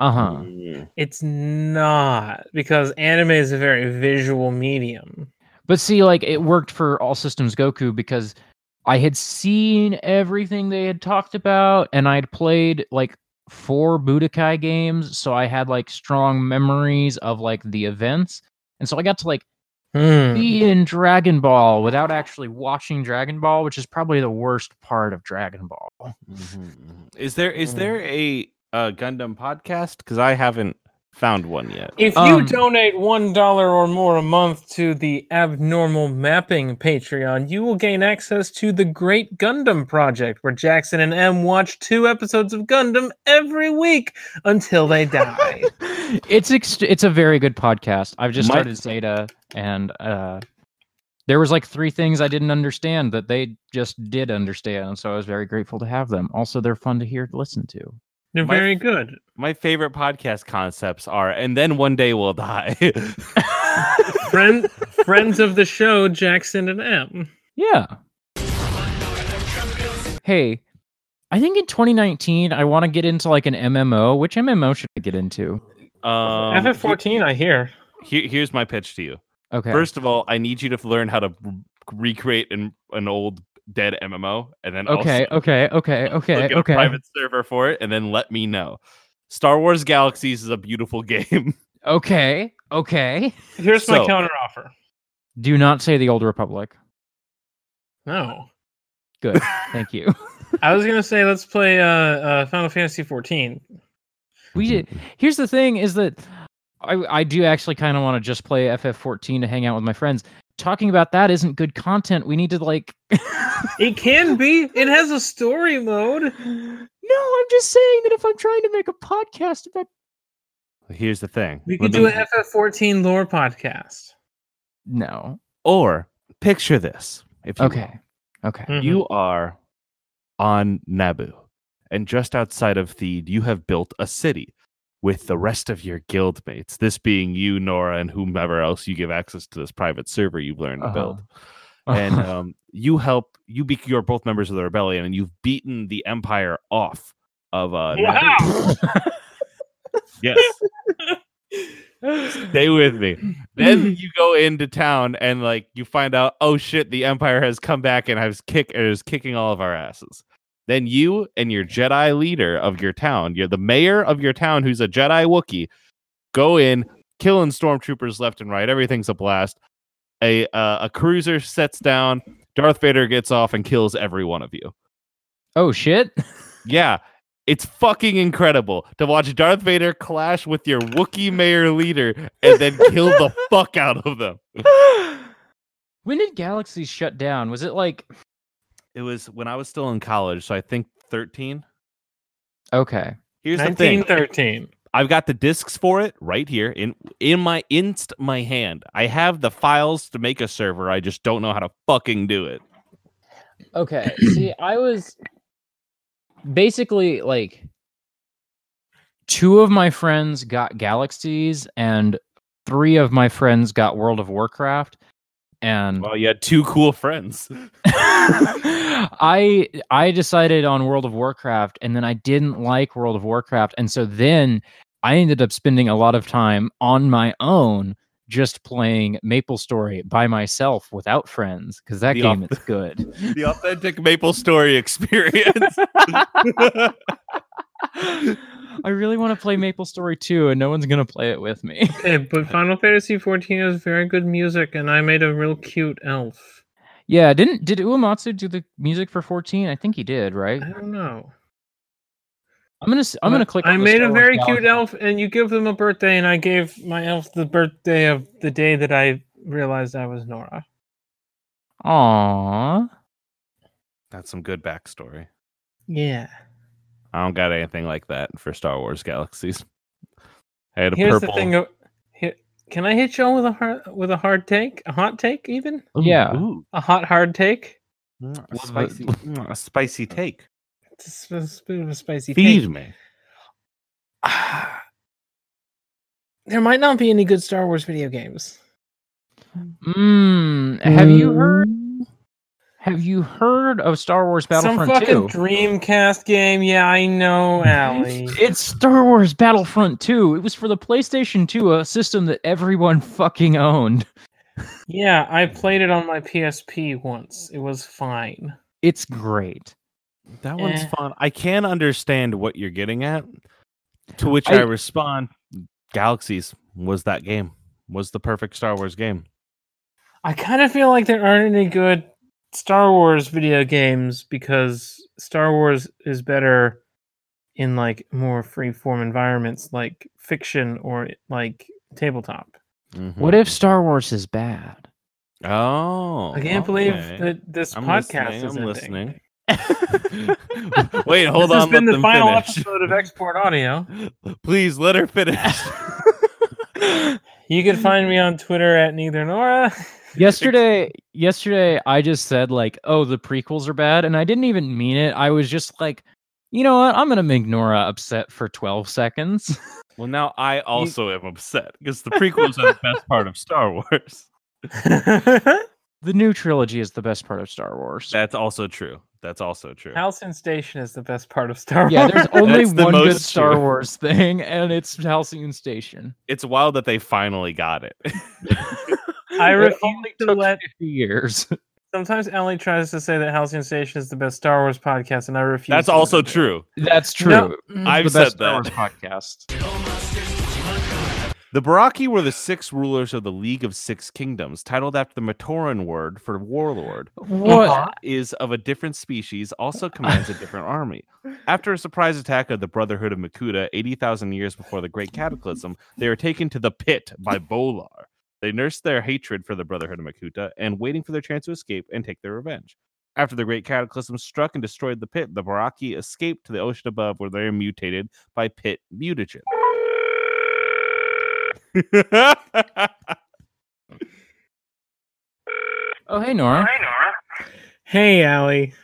S5: Mm-hmm.
S6: Uh-huh.
S4: It's not because anime is a very visual medium.
S6: But see, like it worked for All Systems Goku because I had seen everything they had talked about, and I had played like four Budokai games, so I had like strong memories of like the events, and so I got to like
S4: Hmm.
S5: Mm-hmm.
S6: be in Dragon Ball without actually watching Dragon Ball, which is probably the worst part of Dragon Ball.
S5: is there
S6: Mm.
S5: is there a uh, Gundam podcast? Because I haven't found one yet.
S4: If you
S6: Um,
S4: donate one dollar or more a month to the Abnormal Mapping Patreon, you will gain access to the Great Gundam Project, where Jackson and M watch two episodes of Gundam every week until they die.
S6: it's ex- it's a very good podcast. I've just
S5: My-
S6: started Zeta, and uh, there was like three things I didn't understand that they just did understand, and so I was very grateful to have them. Also, they're fun to hear to listen to.
S4: They're
S5: My-
S4: very good.
S5: My favorite podcast concepts are, and then one day we'll die.
S4: Friend, friends of the show, Jackson and M.
S6: Yeah. Hey, I think in 2019 I want to get into like an MMO. Which MMO should I get into?
S5: um,
S4: FF14, I hear.
S5: he- he- here's my pitch to you.
S6: Okay.
S5: First of all, I need you to learn how to re- recreate an, an old dead MMO, and then
S6: okay,
S5: also
S6: okay, okay,
S5: look
S6: okay,
S5: at
S6: okay.
S5: a private server for it, and then let me know. Star Wars Galaxies is a beautiful game.
S6: Okay, okay.
S4: Here's my
S5: So-
S4: counter offer.
S6: Do not say the Old Republic.
S4: No.
S6: Good. Thank you.
S4: I was gonna say let's play uh, uh Final Fantasy 14.
S6: We did. Here's the thing: is that I I do actually kind of want to just play FF14 to hang out with my friends. Talking about that isn't good content. We need to like.
S4: It can be. It has a story mode.
S6: No, I'm just saying that if I'm trying to make a podcast about,
S5: Here's the thing.
S4: We
S5: Let
S4: could do
S5: me-
S4: an FF14 lore podcast.
S6: no.
S5: Or picture this. If you will.
S6: Okay. Okay.
S4: Mm-hmm.
S5: you are on Naboo, and just outside of Theed, you have built a city with the rest of your guildmates. This being you, Nora, and whomever else you give access to this private server you've learned
S6: Uh-huh.
S5: to build. And um, you help. You be you're both members of the rebellion, and you've beaten the Empire off of uh. Naboo. Yes. Stay with me. Then you go into town and like you find out, oh shit, the Empire has come back and has kick and is kicking all of our asses. Then you and your Jedi leader of your town, you're the mayor of your town who's a Jedi Wookiee, go in, killing stormtroopers left and right. Everything's a blast. A uh, a cruiser sets down. Darth Vader gets off and kills every one of you.
S6: oh shit.
S5: Yeah, it's fucking incredible to watch Darth Vader clash with your Wookiee mayor leader and then kill the fuck out of them.
S6: when did Galaxy shut down? Was it like
S5: It was when I was still in college, so I think 13.
S6: okay?
S5: Here's the thing.
S4: 1913.
S5: I've got the discs for it right here in in my inst my hand. I have the files to make a server. I just don't know how to fucking do it.
S6: Okay. See, I was basically like two of my friends got galaxies and three of my friends got World of Warcraft and
S5: Mm. Well, you had two cool friends.
S6: I I decided on World of Warcraft and then I didn't like World of Warcraft and so then I ended up spending a lot of time on my own just playing Maple Story by myself without friends because that
S5: The
S6: game is good.
S5: The authentic Maple Story experience.
S6: I really want to play Maple Story 2 and no one's going to play it with me.
S4: Okay, but Final Fantasy 14 has very good music, and I made a real cute elf.
S6: yeah, didn't did Uematsu do the music for 14? I think he did, right?
S4: I don't know.
S6: I'm gonna s- I'm gonna click.
S4: I
S6: on the
S4: made
S6: Star
S4: a
S6: Wars
S4: very
S6: Galaxy.
S4: cute elf, and you give them a birthday, and I gave my elf the birthday of the day that I realized I was Nora.
S6: Aww.
S5: That's some good backstory.
S4: Yeah.
S5: I don't got anything like that for Star Wars Galaxies. I had a
S4: Here's
S5: purple.
S4: the thing. uh, Here, can I hit y'all with a hard with a hard take? A hot take, even
S6: Yeah.
S5: Ooh,
S4: a hot hard take.
S5: mm, a
S3: Love
S5: spicy,
S3: it.
S5: mm, a spicy take.
S4: It's a sp- a spoon of spicy
S5: Feed
S4: take.
S5: me.
S4: Ah. there might not be any good Star Wars video games.
S6: Mm, have you heard? Have you heard of Star Wars
S4: Some
S6: Battlefront
S4: fucking
S6: Two?
S4: Dreamcast game. Yeah, I know, Allie.
S6: It's Star Wars Battlefront Two. It was for the PlayStation Two, a system that everyone fucking owned.
S4: yeah, I played it on my PSP once. It was fine.
S6: It's great.
S5: That one's
S4: Eh.
S5: fun. I can understand what you're getting at. To which I,
S6: I-
S5: respond, Galaxies was that game. Was the perfect Star Wars game.
S4: I kind of feel like there aren't any good Star Wars video games because Star Wars is better in like more free form environments like fiction or like tabletop.
S5: Mm-hmm.
S6: What
S4: Hmm.
S6: if Star Wars is bad?
S5: Oh,
S4: I can't believe
S5: okay.
S4: that this
S5: I'm
S4: podcast
S5: listening,
S4: is
S5: I'm
S4: ending.
S5: listening. Wait, hold
S4: this
S5: on.
S4: has been
S5: let
S4: the
S5: them
S4: final
S5: finish.
S4: episode of Export Audio.
S5: Please let her finish.
S4: You can find me on Twitter at neither Nora.
S6: yesterday yesterday i just said like oh the prequels are bad and i didn't even mean it i was just like you know what i'm gonna make nora upset for 12 seconds
S5: well, now I also am upset because the prequels are the best part of Star Wars.
S6: the new trilogy is the best part of star wars
S5: That's also true. That's also true.
S4: Halcyon Station is the best part of Star Wars.
S6: yeah there's only
S5: That's the
S6: one good
S5: most
S6: star
S5: true.
S6: wars thing and it's halcyon station
S5: it's wild that they finally got it.
S4: I
S6: It
S4: refuse
S6: only
S4: to
S6: took
S4: let
S6: 50 years
S4: Sometimes Ellie tries to say that Halcyon Station is the best Star Wars podcast, and I refuse.
S5: That's
S4: to let
S5: also
S4: her do it.
S5: true.
S6: that's true
S4: No,
S6: It's
S5: I've
S6: the
S5: said
S6: best star wars
S5: that.
S6: podcast
S5: The Baraki were the six rulers of the League of Six Kingdoms, titled after the Matoran word for warlord.
S6: what
S4: Uh-huh.
S5: Is of a different species, also commands a different army. After a surprise attack of the Brotherhood of Makuta 80,000 years before the Great Cataclysm, they are taken to the pit by Bolar. They nurse their hatred for the Brotherhood of Makuta and waiting for their chance to escape and take their revenge. After the Great Cataclysm struck and destroyed the pit, the Baraki escaped to the ocean above where they are mutated by pit mutagen.
S6: oh hey nora
S4: Hey, Allie.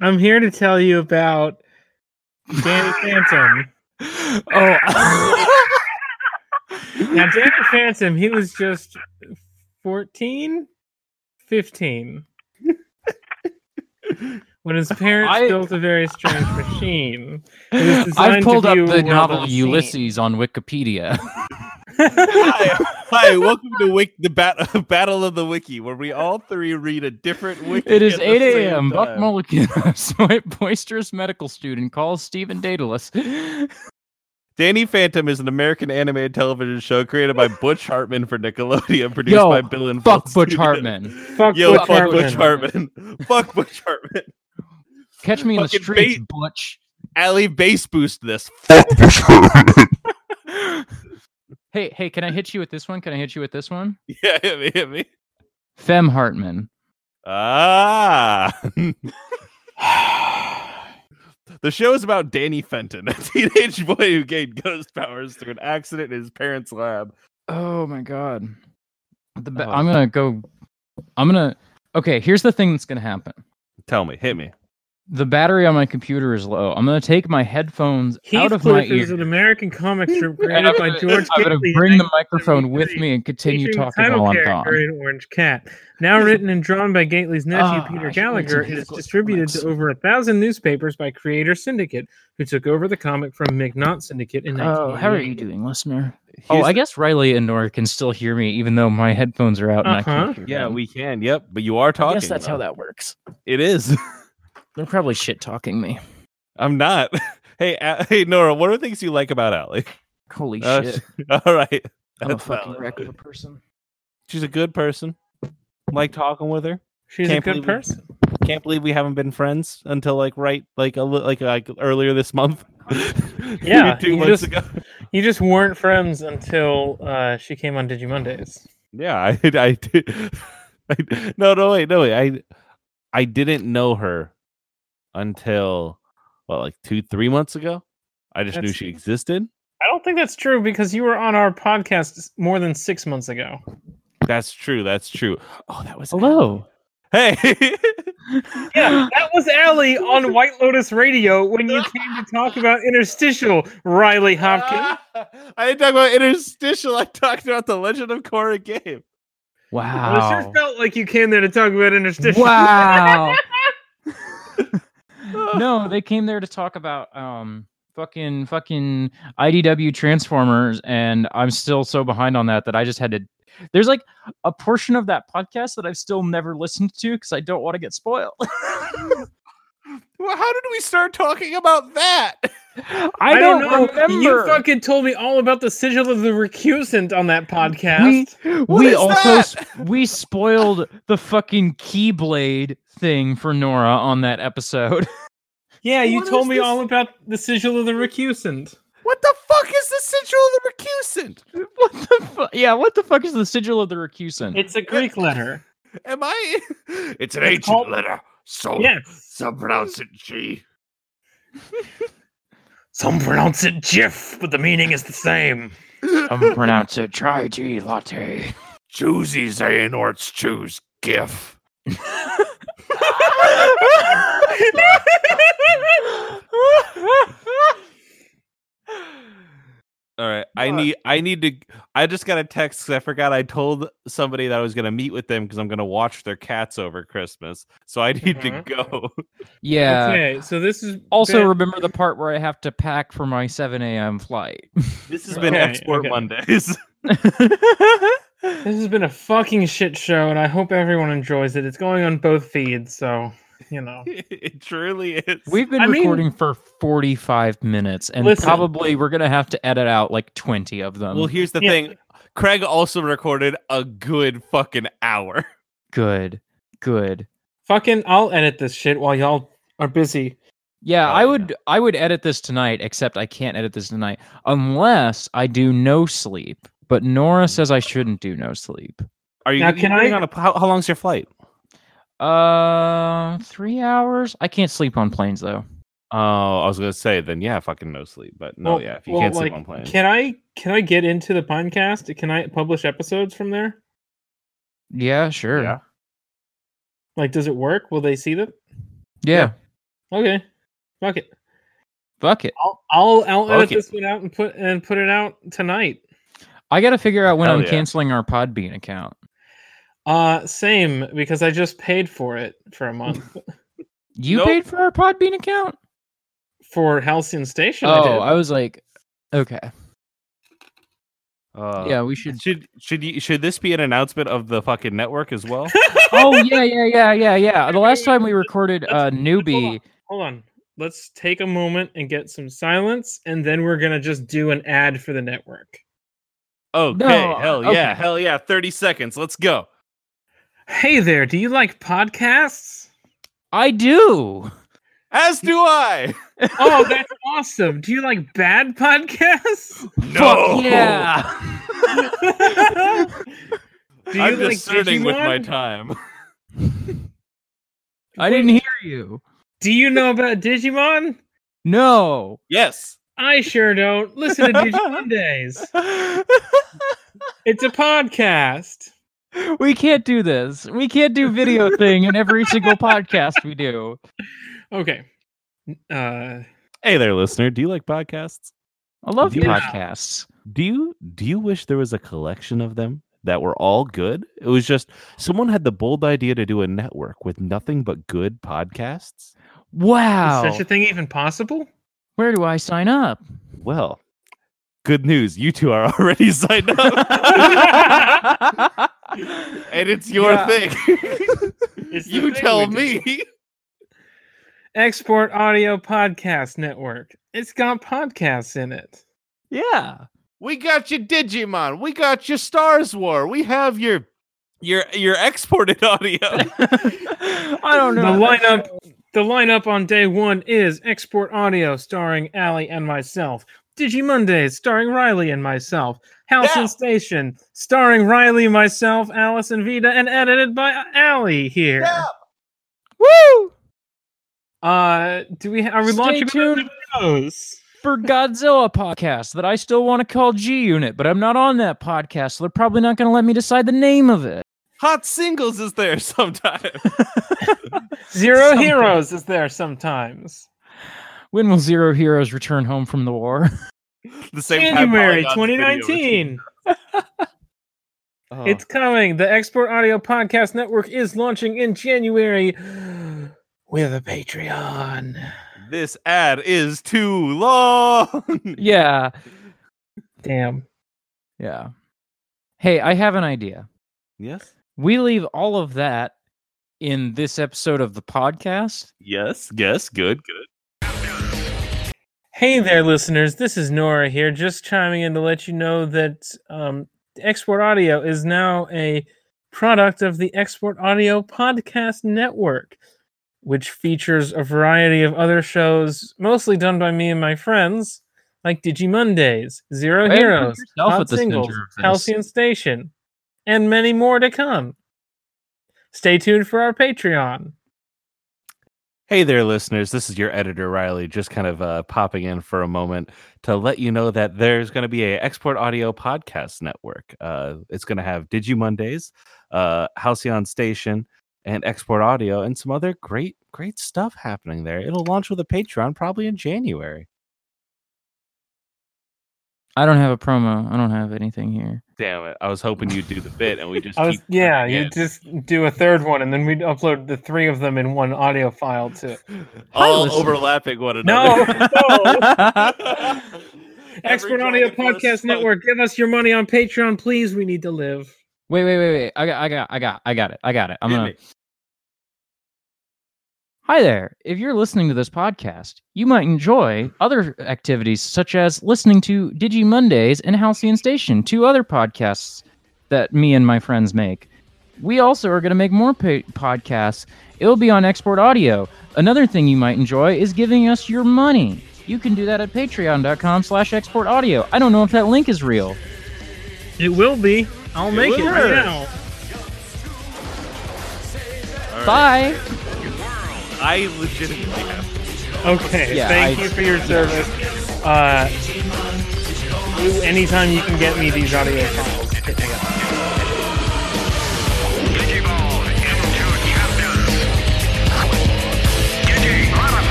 S4: I'm here to tell you about Danny Phantom.
S6: oh
S4: Now, Danny Phantom, he was just 14, 15. When his parents
S6: I-
S4: built a very strange machine. It was
S6: i've
S4: designed to
S6: pulled up
S4: view
S6: the
S4: world
S6: novel
S4: unseen.
S6: ulysses on wikipedia
S5: hi, hi, welcome to Wik- the bat- Battle of the Wiki, where we all three read a different wiki.
S6: It is
S5: at the
S6: 8
S5: same
S6: a.m. Buck
S5: time.
S6: Mulligan, a soi- boisterous medical student, calls Stephen Daedalus.
S5: Danny Phantom is an American animated television show created by Butch Hartman for Nickelodeon, produced
S6: Yo,
S5: by Bill and
S6: fuck
S5: Phil
S6: Butch
S5: Studios.
S6: Hartman.
S4: Fuck
S5: Yo,
S4: Butch
S5: fuck
S4: Hartman.
S5: Butch Hartman. fuck Butch Hartman.
S6: Catch me in the
S5: Fucking
S6: streets,
S5: bait.
S6: Butch.
S5: Alley base boost this.
S6: Hey, hey, can I hit you with this one? Can I hit you with this one?
S5: Yeah, hit me, hit me.
S6: Fem Hartman.
S5: Ah. the show is about Danny Fenton, a teenage boy who gained ghost powers through an accident in his parents' lab.
S6: Oh my god. The ba-
S5: Oh.
S6: I'm gonna go. I'm gonna. Okay, here's the thing that's gonna happen.
S5: Tell me, hit me.
S6: The battery on my computer is low. I'm gonna take my headphones out of my
S4: Heathcliff
S6: ears.
S4: is an American comic strip
S6: and
S4: created
S6: I'm
S4: by
S6: gonna,
S4: George
S6: I'm gonna
S4: Kingsley
S6: bring the
S4: Knight,
S6: microphone with me and continue
S4: featuring the
S6: talking
S4: title
S6: while I'm gone.
S4: character in Orange Cat. Now written and drawn by Gately's nephew
S6: Ah,
S4: Peter
S6: I hate
S4: Gallagher, it is
S6: Heathcliff
S4: distributed to
S6: comics.
S4: over a thousand newspapers by Creator Syndicate, who took over the comic from McNaught Syndicate in
S6: Oh, how are you
S4: 1988.
S6: doing, listener?
S5: Here's
S6: oh, I guess Riley and Nora can still hear me, even though my headphones are out and I
S4: Uh-huh.
S6: can't hear
S5: Yeah,
S6: them.
S5: we can. Yep, but you are
S6: I
S5: talking.
S6: guess that's how
S5: though.
S6: that works.
S5: it is.
S6: They're probably shit talking me.
S5: I'm not. Hey, A- hey, Nora, what are things you like about Allie?
S6: Holy
S5: Uh,
S6: shit!
S5: All right,
S6: I'm a
S5: that's
S6: fucking
S5: valid.
S6: wreck of a person.
S5: She's a good person. Like talking with her.
S4: She's a
S5: Can't
S4: good
S5: believe it.
S4: person.
S5: can't believe we haven't been friends until like right like a li- like like earlier this month.
S4: Yeah,
S5: two
S4: you
S5: months
S4: just-
S5: ago.
S4: You just weren't friends until uh, she came on Digimondays.
S5: Yeah, I, I did. I, no, no, wait, no, wait. I, I didn't know her until what, like two, three months ago. I just knew
S4: That's-
S5: she existed.
S4: I don't think that's true because you were on our podcast s- more than six months ago.
S5: That's true. That's true. Oh, that was
S6: Hello.
S5: Hey,
S4: Yeah, that was Allie on White Lotus Radio when you came to talk about interstitial Riley Hopkins.
S5: I didn't talk about interstitial. I talked about the Legend of Korra game.
S4: Well, it
S6: Wow.
S4: sure felt like you came there to talk about interstitial.
S6: Wow. no, they came there to talk about um fucking fucking IDW Transformers and I'm still so behind on that that I just had to There's like a portion of that podcast that I've still never listened to cuz I don't want to get spoiled.
S5: Well, how did we start talking about that?
S6: I,
S4: I don't, know.
S6: remember.
S4: You fucking told me all about the sigil of the recusant on that podcast.
S6: We-
S5: What
S6: we
S5: is
S6: also
S5: that?
S6: s- we spoiled the fucking keyblade thing for Nora on that episode.
S4: yeah, you
S5: What
S4: told
S5: is
S4: me
S5: this?
S4: all about the sigil of the recusant.
S5: What the fuck is the Sigil of the Recusant?
S6: what the fu- yeah, what the fuck is the sigil of the recusant?
S4: It's a Greek letter.
S5: Am I? It's an
S4: ancient called-
S5: letter. So
S4: Yes.
S5: so pronounce it G.
S4: Some pronounce it Jif, but the meaning is the same.
S6: I'm pronounce it tri G latte.
S5: Choosy Xehanorts choose GIF. All right, I need I need to I just got a text 'cause I forgot I told somebody that I was going to meet with them cuz I'm going to watch their cats over Christmas. So I need
S4: Mhm.
S6: Mm-hmm.
S5: to go.
S6: Yeah.
S4: okay, so this is
S6: Also,
S4: been-
S6: remember the part where I have to pack for my 7 a.m. flight.
S5: This has been
S4: Okay,
S5: Export
S4: okay.
S5: Mondays.
S4: This has been a fucking shit show, and I hope everyone enjoys it. It's going on both feeds, so you know.
S5: it truly is.
S6: We've been
S4: I mean-
S6: recording for 45 minutes, and
S4: Listen.
S6: probably we're going to have to edit out like 20 of them.
S5: Well, here's the
S4: yeah.
S5: thing. Craig also recorded a good fucking hour.
S6: good. Good.
S4: Fucking, I'll edit this shit while y'all are busy.
S6: Yeah,
S5: Oh,
S6: I
S5: yeah.
S6: would I would edit this tonight, except I can't edit this tonight unless I do no sleep. But
S5: Mm.
S6: Nora says I shouldn't do no sleep.
S5: Are you?
S4: Now,
S5: gonna be
S4: can
S5: going
S4: I-
S5: On a, how, how long's your flight?
S6: Uh, three hours. I can't sleep on planes though.
S5: Oh, I was gonna say then. Yeah, fucking no sleep. But no,
S4: Well-
S5: yeah, if you
S4: well,
S5: can't sleep
S4: like,
S5: on plane,
S4: Can I can I get into the podcast? Can I publish episodes from there?
S6: Yeah, sure.
S5: Yeah.
S6: Yeah.
S4: Like, does it work? Will they see them? Okay, fuck it.
S6: Fuck it.
S4: I'll I'll, I'll edit
S5: Fuck it.
S4: this one out and put and put it out tonight.
S6: I gotta figure out when
S5: Hell
S6: I'm
S5: yeah.
S6: canceling our Podbean account.
S4: Uh, same because I just paid for it for a month
S6: You
S5: Nope.
S6: paid for our Podbean account?
S4: for Halcyon Station. I
S6: Oh,
S4: did.
S6: I, was like, okay,
S5: Uh,
S6: yeah, we should.
S5: Should should you, should this be an announcement of the fucking network as well?
S6: oh yeah, yeah, yeah, yeah, yeah. The last time we recorded uh, newbie,
S4: Hold on. Let's take a moment and get some silence, and then we're gonna just do an ad for the network.
S5: Okay,
S6: No,
S5: hell
S6: okay.
S5: yeah, hell yeah. Thirty seconds. Let's go.
S4: Hey there, do you like podcasts?
S6: I do.
S5: As do I.
S4: Oh, that's awesome. Do you like bad podcasts?
S5: No.
S6: Fuck yeah.
S4: do you
S5: I'm
S4: like
S5: discerning with my
S4: Digimon?
S5: time.
S6: I didn't hear you.
S4: Do you know about Digimon?
S6: No.
S5: Yes.
S4: I sure don't. Listen to Digimon Days. It's a podcast.
S6: We can't do this. We can't do video thing in every single podcast we do.
S4: Okay. Uh
S5: Hey there, listener. Do you like podcasts?
S6: I love
S5: Yeah.
S6: podcasts.
S5: Do you do you wish there was a collection of them that were all good? It was just someone had the bold idea to do a network with nothing but good podcasts.
S6: Wow.
S4: is such a thing even possible?
S6: Where do I sign up?
S5: Well, good news, you two are already signed up.
S6: I
S5: and it's your
S6: Yeah.
S5: thing.
S4: It's the
S5: you
S4: thing
S5: tell
S4: we do.
S5: me.
S4: Export Audio Podcast Network. It's got podcasts in it.
S6: Yeah.
S5: We got your Digimon. We got your Stars War. We have your Your your exported audio.
S6: I don't
S4: The
S6: know.
S4: lineup, the lineup on day one is Export Audio, starring Allie and myself. Digi Mondays, starring Riley and myself. House
S5: Yeah.
S4: and Station, starring Riley, myself, Alice and Vita, and edited by Allie here.
S6: Woo!
S4: Uh, do we? Are we
S6: Stay
S4: launching
S6: tuned.
S4: those?
S6: For Godzilla podcast that I still want to call G Unit, but I'm not on that podcast, so they're probably not going to let me decide the name of it.
S5: Hot singles is there sometimes.
S4: Zero
S6: Something.
S4: Heroes is there sometimes.
S6: When will Zero Heroes return home from the war?
S5: The same time
S4: January
S5: Polygon's video was-
S4: 2019.
S5: Oh.
S4: It's coming. The Export Audio Podcast Network is launching in January with a Patreon.
S5: Oh, this ad is too long.
S6: yeah.
S4: Damn.
S6: Yeah. Hey, I have an idea.
S5: yes.
S6: We leave all of that in this episode of the podcast.
S5: Yes. Yes. Good. Good.
S4: Hey there, listeners. This is Nora here, just chiming in to let you know that um, Export Audio is now a product of the Export Audio Podcast Network, which features a variety of other shows, mostly done by me and my friends, like Digi Mondays, Zero
S6: Hey, put
S4: Heroes,
S6: yourself
S4: Hot
S6: at the
S4: Singles,
S6: center of this.
S4: Halcyon Station, and many more to come. Stay tuned for our Patreon.
S5: Hey there, listeners. This is your editor Riley, just kind of uh, popping in for a moment to let you know that there's going to be a Export Audio Podcast Network. Uh, it's going to have Digi Mondays, uh, Halcyon Station, and Export Audio, and some other great, great stuff happening there. It'll launch with a Patreon probably in January.
S6: I don't have a promo. I don't have anything here.
S5: Damn it! I was hoping you'd do the bit, and we just
S4: I was,
S5: keep
S4: yeah,
S5: putting
S4: you
S5: it
S4: just do a third one, and then we'd upload the three of them in one audio file too.
S5: in. all
S6: listeners.
S5: overlapping one
S4: No,
S5: another.
S4: no. Expert
S5: Every
S4: Audio
S5: joint of us-
S4: Podcast Network, give us your money on Patreon, please. We need to live.
S6: Wait, wait, wait, wait. I got, I got, I got, I got it. I got it. I'm
S5: Hit
S6: gonna.
S5: me.
S6: Hi there. If you're listening to this podcast, you might enjoy other activities such as listening to Digi Mondays and Halcyon Station, two other podcasts that me and my friends make. We also are going to make more pa- podcasts. It'll be on Export Audio. Another thing you might enjoy is giving us your money. You can do that at patreon.com slash export audio. I don't know if that link is real.
S4: It will be. I'll make it right now.
S6: Bye.
S5: I legitimately have.
S4: Okay,
S6: Yeah,
S4: thank
S6: I-
S4: you for your service. Uh, you- anytime you can get me these audio files, hit me up.